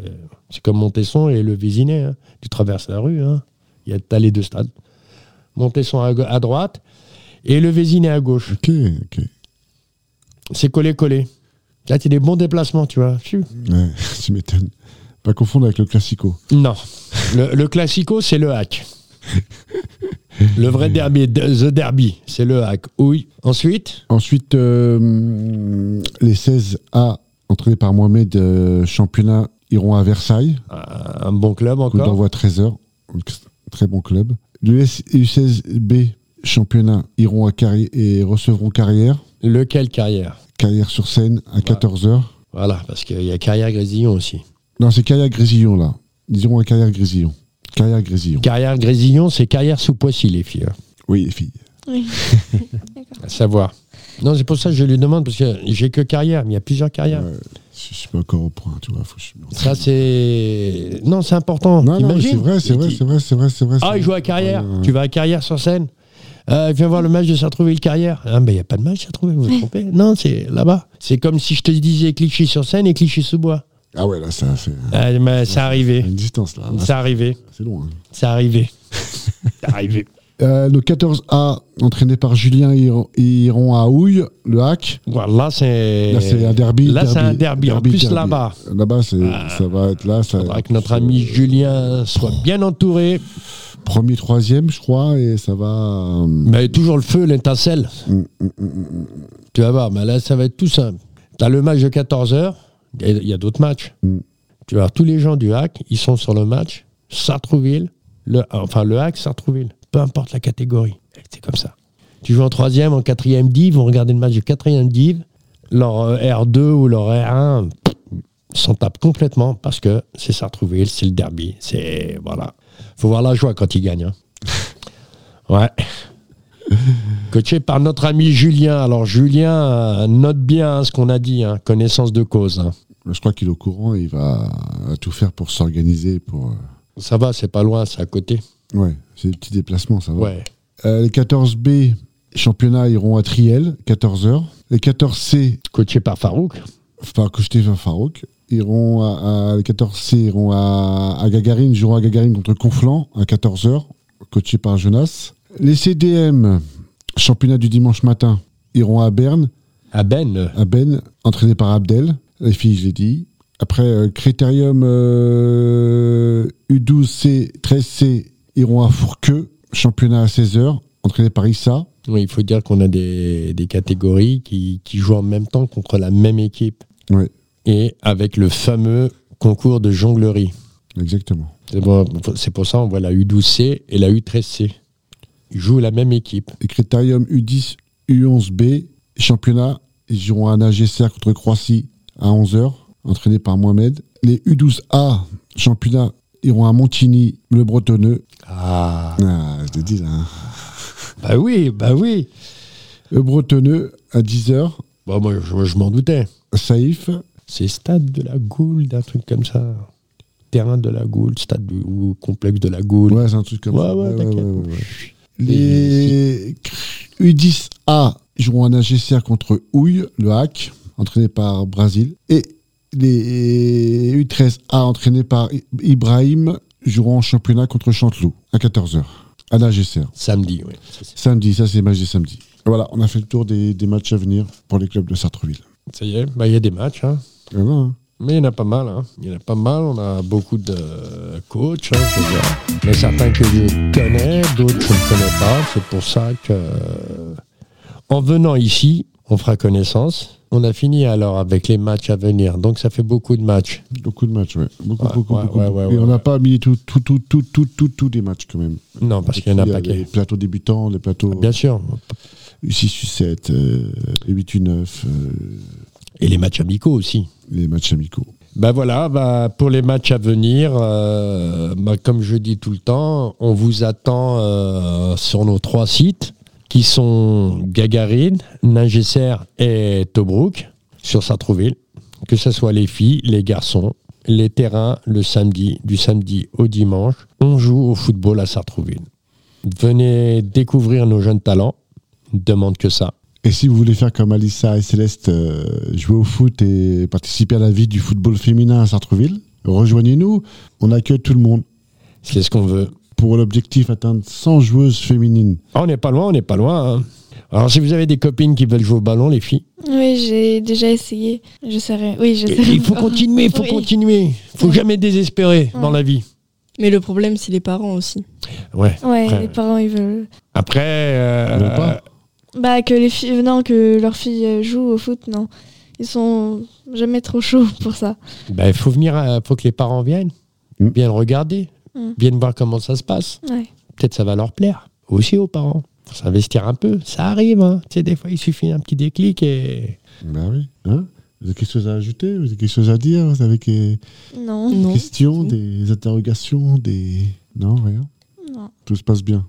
S2: Euh, C'est comme Montesson et le Vésinet. hein. Tu traverses la rue, hein. Il y a- t'as les deux stades. Montesson à, go- à droite et le Vésinet à gauche.
S3: Ok, ok.
S2: C'est collé-collé. Là, tu des bons déplacements, tu vois. Fiu.
S3: Ouais, tu m'étonnes. Pas confondre avec le classico.
S2: Non. Le, le classico, c'est le hack. Le vrai derby, de- the derby, c'est le hack. Oui. Ensuite,
S3: Ensuite, euh, les 16A, entraînés par Mohamed, euh, championnat, iront à Versailles.
S2: un bon club
S3: Coup
S2: encore.
S3: d'envoi 13h. Très bon club. Le U16B, championnat, iront à Carrière et recevront Carrière.
S2: Lequel carrière
S3: Carrière sur Seine à 14h.
S2: Voilà, parce qu'il y a carrière Grésillon aussi.
S3: Non, c'est Carrière Grésillon, là. Ils iront à Carrière Grésillon. Carrière Grésillon.
S2: Carrière Grésillon, c'est carrière sous Poissy, les filles. hein,
S3: Oui, les filles.
S4: Oui.
S2: à savoir. Non, c'est pour ça que je lui demande, parce que j'ai que carrière, mais il y a plusieurs carrières.
S3: Ouais, je suis pas encore au point, tu vois. Faut que je... me-
S2: Ça, c'est. Non, c'est important.
S3: Non, non, mais
S2: T'imagines
S3: c'est vrai, c'est vrai,
S2: Il-
S3: c'est vrai, c'est vrai, c'est vrai.
S2: Ah,
S3: c'est
S2: il joue
S3: vrai.
S2: à Carrière.
S3: Ouais, ouais.
S2: Tu vas à Carrière sur scène. Euh, viens voir le match de Sartrouville-Carrière. Ah, ben, il n'y a pas de match Sartrouville, vous vous trompez. Non, c'est là-bas. C'est comme si je te disais Clichy sur scène et Clichy sous bois.
S3: Ah ouais, là, ça fait
S2: Ah, mais c'est arrivé.
S3: une distance, là. Là,
S2: C'est arrivé.
S3: C'est loin.
S2: C'est arrivé. C'est arrivé.
S3: Euh, le 14A, entraîné par Julien, ils iront- ils iront à Houille, le hack.
S2: Voilà, là, c'est.
S3: Là, c'est un derby.
S2: Là, c'est un derby. En plus,
S3: derby.
S2: là-bas. Ah.
S3: Là-bas, c'est- ça va être là. Ça,
S2: Faudra que notre ami Julien soit bien entouré.
S3: Premier, troisième, je crois, et ça va. euh,
S2: Mais toujours le feu, l'étincelle. Tu vas voir, mais là, ça va être tout simple. Tu as le match de 14h, il y a d'autres matchs.
S3: Mm.
S2: Tu vas voir, tous les gens du hack, ils sont sur le match, Sartrouville, le, enfin le hack, Sartrouville, peu importe la catégorie. C'est comme ça. Tu joues en troisième, en quatrième div, vont regarder le match de quatrième div, leur euh, R2 ou leur R1 pff, s'en tape complètement parce que c'est Sartrouville, c'est le derby, c'est voilà. Faut voir la joie quand ils gagnent. hein. Ouais coaché par notre ami Julien. Alors Julien, euh, note bien hein, ce qu'on a dit, hein, connaissance de cause. hein.
S3: Je crois qu'il est au courant et il va euh, tout faire pour s'organiser. et Pour... euh,
S2: Ça va, c'est pas loin, c'est à côté.
S3: Ouais, c'est des petits déplacements, ça va.
S2: Ouais.
S3: Euh, les 14B, championnat, iront à Triel, 14h. Les 14C,
S2: Coaché par Farouk.
S3: par Kouchteva Farouk, iront à, à- les 14C iront à, à Gagarine, joueront à Gagarine contre Conflans à 14h, coaché par Jonas. Les CDM, championnat du dimanche matin, iront à Berne,
S2: À Ben. euh,
S3: à Ben, entraîné par Abdel. Les filles, je l'ai dit. Après, euh, Critérium euh, U12C, 13C iront à Fourqueux, championnat à 16h, entraîné par Issa.
S2: oui, il faut dire qu'on a des, des catégories qui, qui jouent en même temps contre la même équipe.
S3: Oui,
S2: Et avec le fameux concours de jonglerie.
S3: exactement.
S2: C'est bon, c'est pour ça on voit la U12C et la U13C. Ils jouent la même équipe.
S3: Et Critérium U10, U11B, championnat, ils iront à Nagesser contre Croissy à 11h, entraîné par Mohamed. Les U12A, championnat, iront à Montigny, le Bretonneux.
S2: Ah,
S3: Ah, je te dis là. hein.
S2: bah oui, bah oui.
S3: Le Bretonneux à 10h,
S2: Bon, moi, je- je m'en doutais.
S3: Saïf.
S2: C'est Stade de la Goule, d'un truc comme ça. Terrain de la Goule, stade du- ou complexe de la Goule.
S3: Ouais, c'est un truc comme
S2: Ouais,
S3: ça.
S2: ouais, t'inquiète.
S3: ouais, ouais. Les U10A joueront un AGCR contre Houille, le hack, entraîné par Brasil. Et les U13A, entraînés par I- Ibrahim, joueront en championnat contre Chanteloup à 14h, à l'AGCR.
S2: Samedi, oui.
S3: Samedi, ça c'est le match des samedis. Voilà, on a fait le tour des, des matchs à venir pour les clubs de Sartreville.
S2: Ça y est, bah, il y a des matchs. hein.
S3: Voilà, hein.
S2: Mais il y en a pas mal. hein. Il y en a pas mal. On a beaucoup de coachs. hein, je veux dire. Il y en a certains que je connais, d'autres que je ne connais pas. C'est pour ça que, euh, en venant ici, on fera connaissance. On a fini alors avec les matchs à venir. Donc ça fait beaucoup de matchs.
S3: Beaucoup de matchs, ouais. Beaucoup,
S2: Ouais,
S3: beaucoup,
S2: ouais,
S3: beaucoup.
S2: ouais,
S3: beaucoup.
S2: ouais,
S3: Et on n'a
S2: ouais.
S3: pas mis tout, tout, tout, tout, tout, tout, tous les matchs quand même.
S2: Non, parce qu'il y en a un
S3: Les
S2: paquet.
S3: plateaux débutants, les plateaux.
S2: Bien sûr.
S3: U6, U7, euh, U8, U9, euh,
S2: Et les matchs amicaux aussi.
S3: les matchs amicaux.
S2: Ben voilà, bah, pour les matchs à venir, euh, bah, comme je dis tout le temps, on vous attend euh, sur nos trois sites. qui sont Gagarine, Ningesser et Tobruk sur Sartrouville, que ce soit les filles, les garçons, les terrains le samedi, du samedi au dimanche. On joue au football à Sartrouville. Venez découvrir nos jeunes talents, demande que ça.
S3: Et si vous voulez faire comme Alissa et Céleste, euh, jouer au foot et participer à la vie du football féminin à Sartreville, rejoignez-nous. On accueille tout le monde
S2: C'est ce qu'on veut.
S3: pour l'objectif atteindre 100 joueuses féminines.
S2: Ah, on n'est pas loin, on n'est pas loin. hein. Alors si vous avez des copines qui veulent jouer au ballon, les filles,
S4: Oui, j'ai déjà essayé. Je serai. Oui, je serai.
S2: il faut continuer, il faut
S4: Oui.
S2: continuer. Il faut jamais désespérer dans la vie.
S5: Mais le problème, c'est les parents aussi.
S2: Ouais.
S4: Ouais,
S2: Après-
S4: les parents, ils veulent.
S2: Après, euh,
S3: Ils veulent pas.
S4: Bah, que les filles. Non, que leurs filles euh, jouent au foot, non. Ils sont jamais trop chauds pour ça.
S2: bah, il faut venir, euh, faut que les parents viennent,
S3: Mm.
S2: viennent regarder,
S4: Mm.
S2: viennent voir comment ça se passe.
S4: Ouais.
S2: peut-être ça va leur plaire aussi aux parents. Faut s'investir un peu, ça arrive. Hein. Tu sais, des fois, il suffit d'un petit déclic et.
S3: Bah oui. Hein vous avez quelque chose à ajouter Vous avez quelque chose à dire Vous avez que-
S4: Non.
S2: Mm.
S3: des
S5: Non.
S3: questions,
S5: Si.
S3: des interrogations, des... Non, rien
S4: Non.
S3: Tout se passe bien.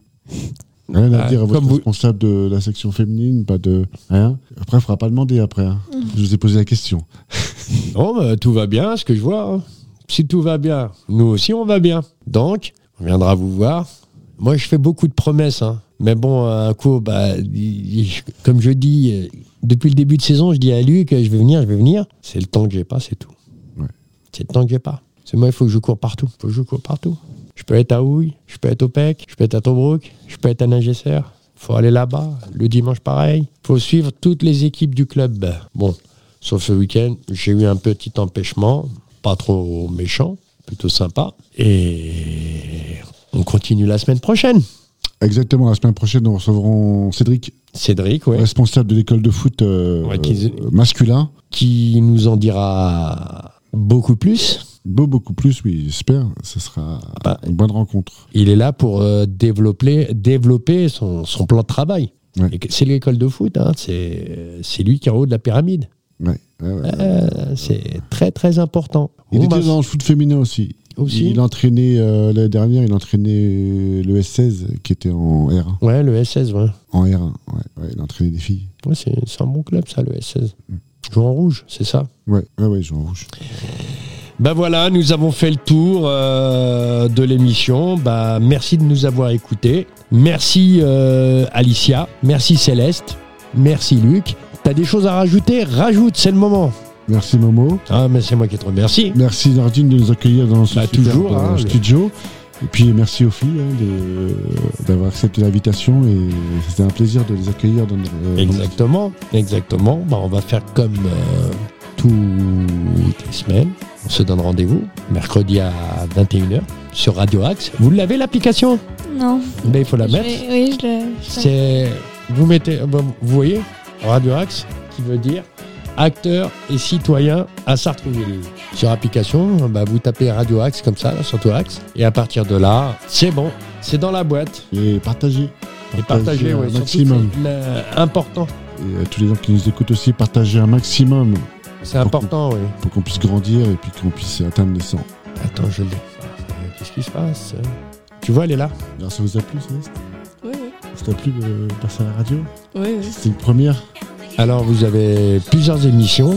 S3: Rien à
S2: Euh,
S3: dire à votre
S2: comme vous-
S3: responsable de la section féminine, pas de... Rien Après, il ne faudra pas demander après. hein. Je vous ai posé la question.
S2: Non, bah, tout va bien, ce que je vois. hein. Si tout va bien, nous aussi, on va bien. Donc, on viendra vous voir. Moi, je fais beaucoup de promesses. hein. Mais bon, un coup, bah, il- il- comme je dis, euh, depuis le début de saison, je dis à Luc, euh, je vais venir, je vais venir. C'est le temps que j'ai pas, c'est tout.
S3: Ouais.
S2: C'est le temps que j'ai pas. C'est moi, il faut que je cours partout. Il faut que je cours partout. Je peux être à Houille, je peux être au PEC, je peux être à Tobruk, je peux être à Nagesser. faut aller là-bas. Le dimanche, pareil. faut suivre toutes les équipes du club. Bon, sauf ce week-end, j'ai eu un petit empêchement. Pas trop méchant, plutôt sympa. Et on continue la semaine prochaine.
S3: Exactement, la semaine prochaine, nous recevrons Cédric,
S2: Cédric, ouais,
S3: responsable de l'école de foot euh,
S2: Ouais, qui-
S3: euh, masculin.
S2: qui nous en dira beaucoup plus.
S3: Beau, beaucoup plus, oui, j'espère. Ce sera
S2: bah.
S3: une bonne rencontre.
S2: Il est là pour euh, développer, développer son, son plan de travail.
S3: Ouais.
S2: Et que- C'est l'école de foot, hein, c'est c'est lui qui est en haut de la pyramide.
S3: Ouais, ouais, ouais.
S2: Euh, c'est très très important.
S3: Il
S2: Bon,
S3: était
S2: bah,
S3: dans le foot féminin aussi.
S2: Aussi.
S3: Il entraînait euh, l'année dernière, il entraînait le S16 qui était en R1.
S2: Ouais, le SS, ouais.
S3: En R1, ouais, ouais, il entraînait des filles.
S2: Ouais, c'est c'est un bon club ça, le SS.
S3: Mm.
S2: Joue en rouge, c'est ça.
S3: Ouais, ouais, ouais, Jean Rouge.
S2: Ben voilà, nous avons fait le tour euh, de l'émission. Ben, merci de nous avoir écoutés. Merci euh, Alicia, merci Céleste, merci Luc. T'as des choses à rajouter Rajoute, c'est le moment.
S3: Merci Momo.
S2: Ah, mais c'est moi qui te remercie.
S3: Merci Nardine de nous accueillir dans ce
S2: Bah,
S3: superbe,
S2: toujours,
S3: euh,
S2: hein, le-
S3: studio. Et puis merci aux filles hein, de- d'avoir accepté l'invitation et c'était un plaisir de les accueillir dans notre. euh,
S2: Exactement, exactement. Ben, on va faire comme euh, toutes les semaines. On se donne rendez-vous mercredi à 21h sur Radio Axe. Vous l'avez l'application
S4: Non.
S2: Ben, il faut la
S4: Je
S2: mettre.
S4: vais- Oui, je le. je-
S2: C'est. Vous mettez. euh, bon, Vous voyez Radio Axe, qui veut dire acteur et citoyen à Sartrouville. Sur application, bah, vous tapez Radio Axe comme ça, là, sur tout Axe. Et à partir de là, c'est bon, c'est dans la boîte.
S3: Et partager.
S2: Et partagez,
S3: un
S2: ouais, surtout,
S3: maximum.
S2: c'est le- important.
S3: Et à tous les gens qui nous écoutent aussi, partagez un maximum
S2: C'est important, oui.
S3: pour qu'on puisse grandir et puis qu'on puisse atteindre les 100.
S2: Attends, je l'ai. Qu'est-ce qui se passe Tu vois, elle est là.
S3: Alors ça vous a plu Céleste
S5: Ouais, ouais.
S3: Ça t'a plu de passer à la radio
S5: Ouais, ouais.
S3: C'était une première
S2: Alors, vous avez plusieurs émissions.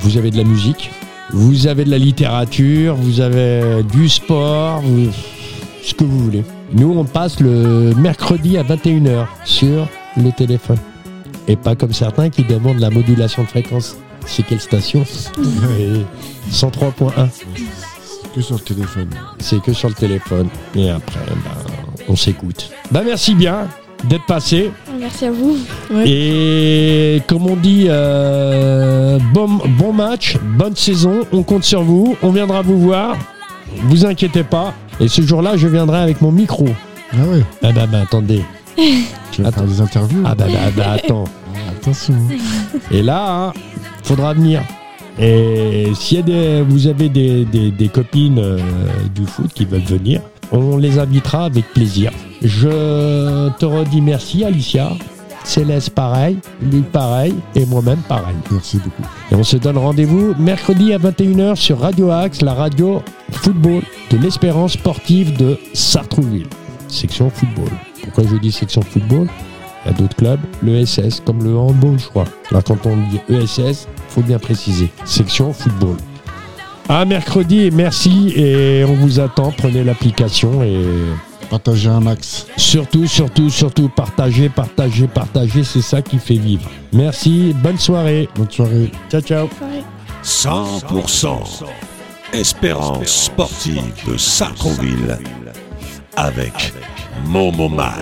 S2: Vous avez de la musique. Vous avez de la littérature. Vous avez du sport. vous- Ce que vous voulez. Nous, on passe le mercredi à 21h sur le téléphone. Et pas comme certains qui demandent la modulation de fréquence. C'est quelle station Et 103.1.
S3: que sur le téléphone.
S2: C'est que sur le téléphone. Et après, ben, on s'écoute. Ben, merci bien d'être passé.
S4: Merci à vous.
S2: Et comme on dit, euh, bon, bon match, bonne saison, on compte sur vous, on viendra vous voir, vous inquiétez pas. Et ce jour-là, je viendrai avec mon micro.
S3: Ah ouais
S2: Ah bah, bah, attendez,
S3: Tu vas
S2: Attends.
S3: faire des interviews
S2: ah bah, bah, bah, attends.
S3: Ah, Attention
S2: Et là, hein, faudra venir. Et si vous avez des, des- des copines euh, du foot qui veulent venir, on les invitera avec plaisir. Je te redis merci Alicia, Céleste pareil, Luc pareil et moi-même pareil.
S3: Merci beaucoup.
S2: Et on se donne rendez-vous mercredi à 21h sur Radio Axe, la radio football de l'espérance sportive de Sartrouville, section football. Pourquoi je dis section football Il y a d'autres clubs, le SS, comme le handball, je crois. Alors quand on dit ESS, faut bien préciser. Section football. À mercredi et merci et on vous attend. Prenez l'application et
S3: Partagez un max.
S2: surtout, surtout, surtout partagez, partagez, partagez. C'est ça qui fait vivre. Merci, bonne soirée.
S3: Bonne soirée.
S2: Ciao, ciao.
S4: Pareil.
S1: 100% Espérance sportive de Sacroville avec Momomat.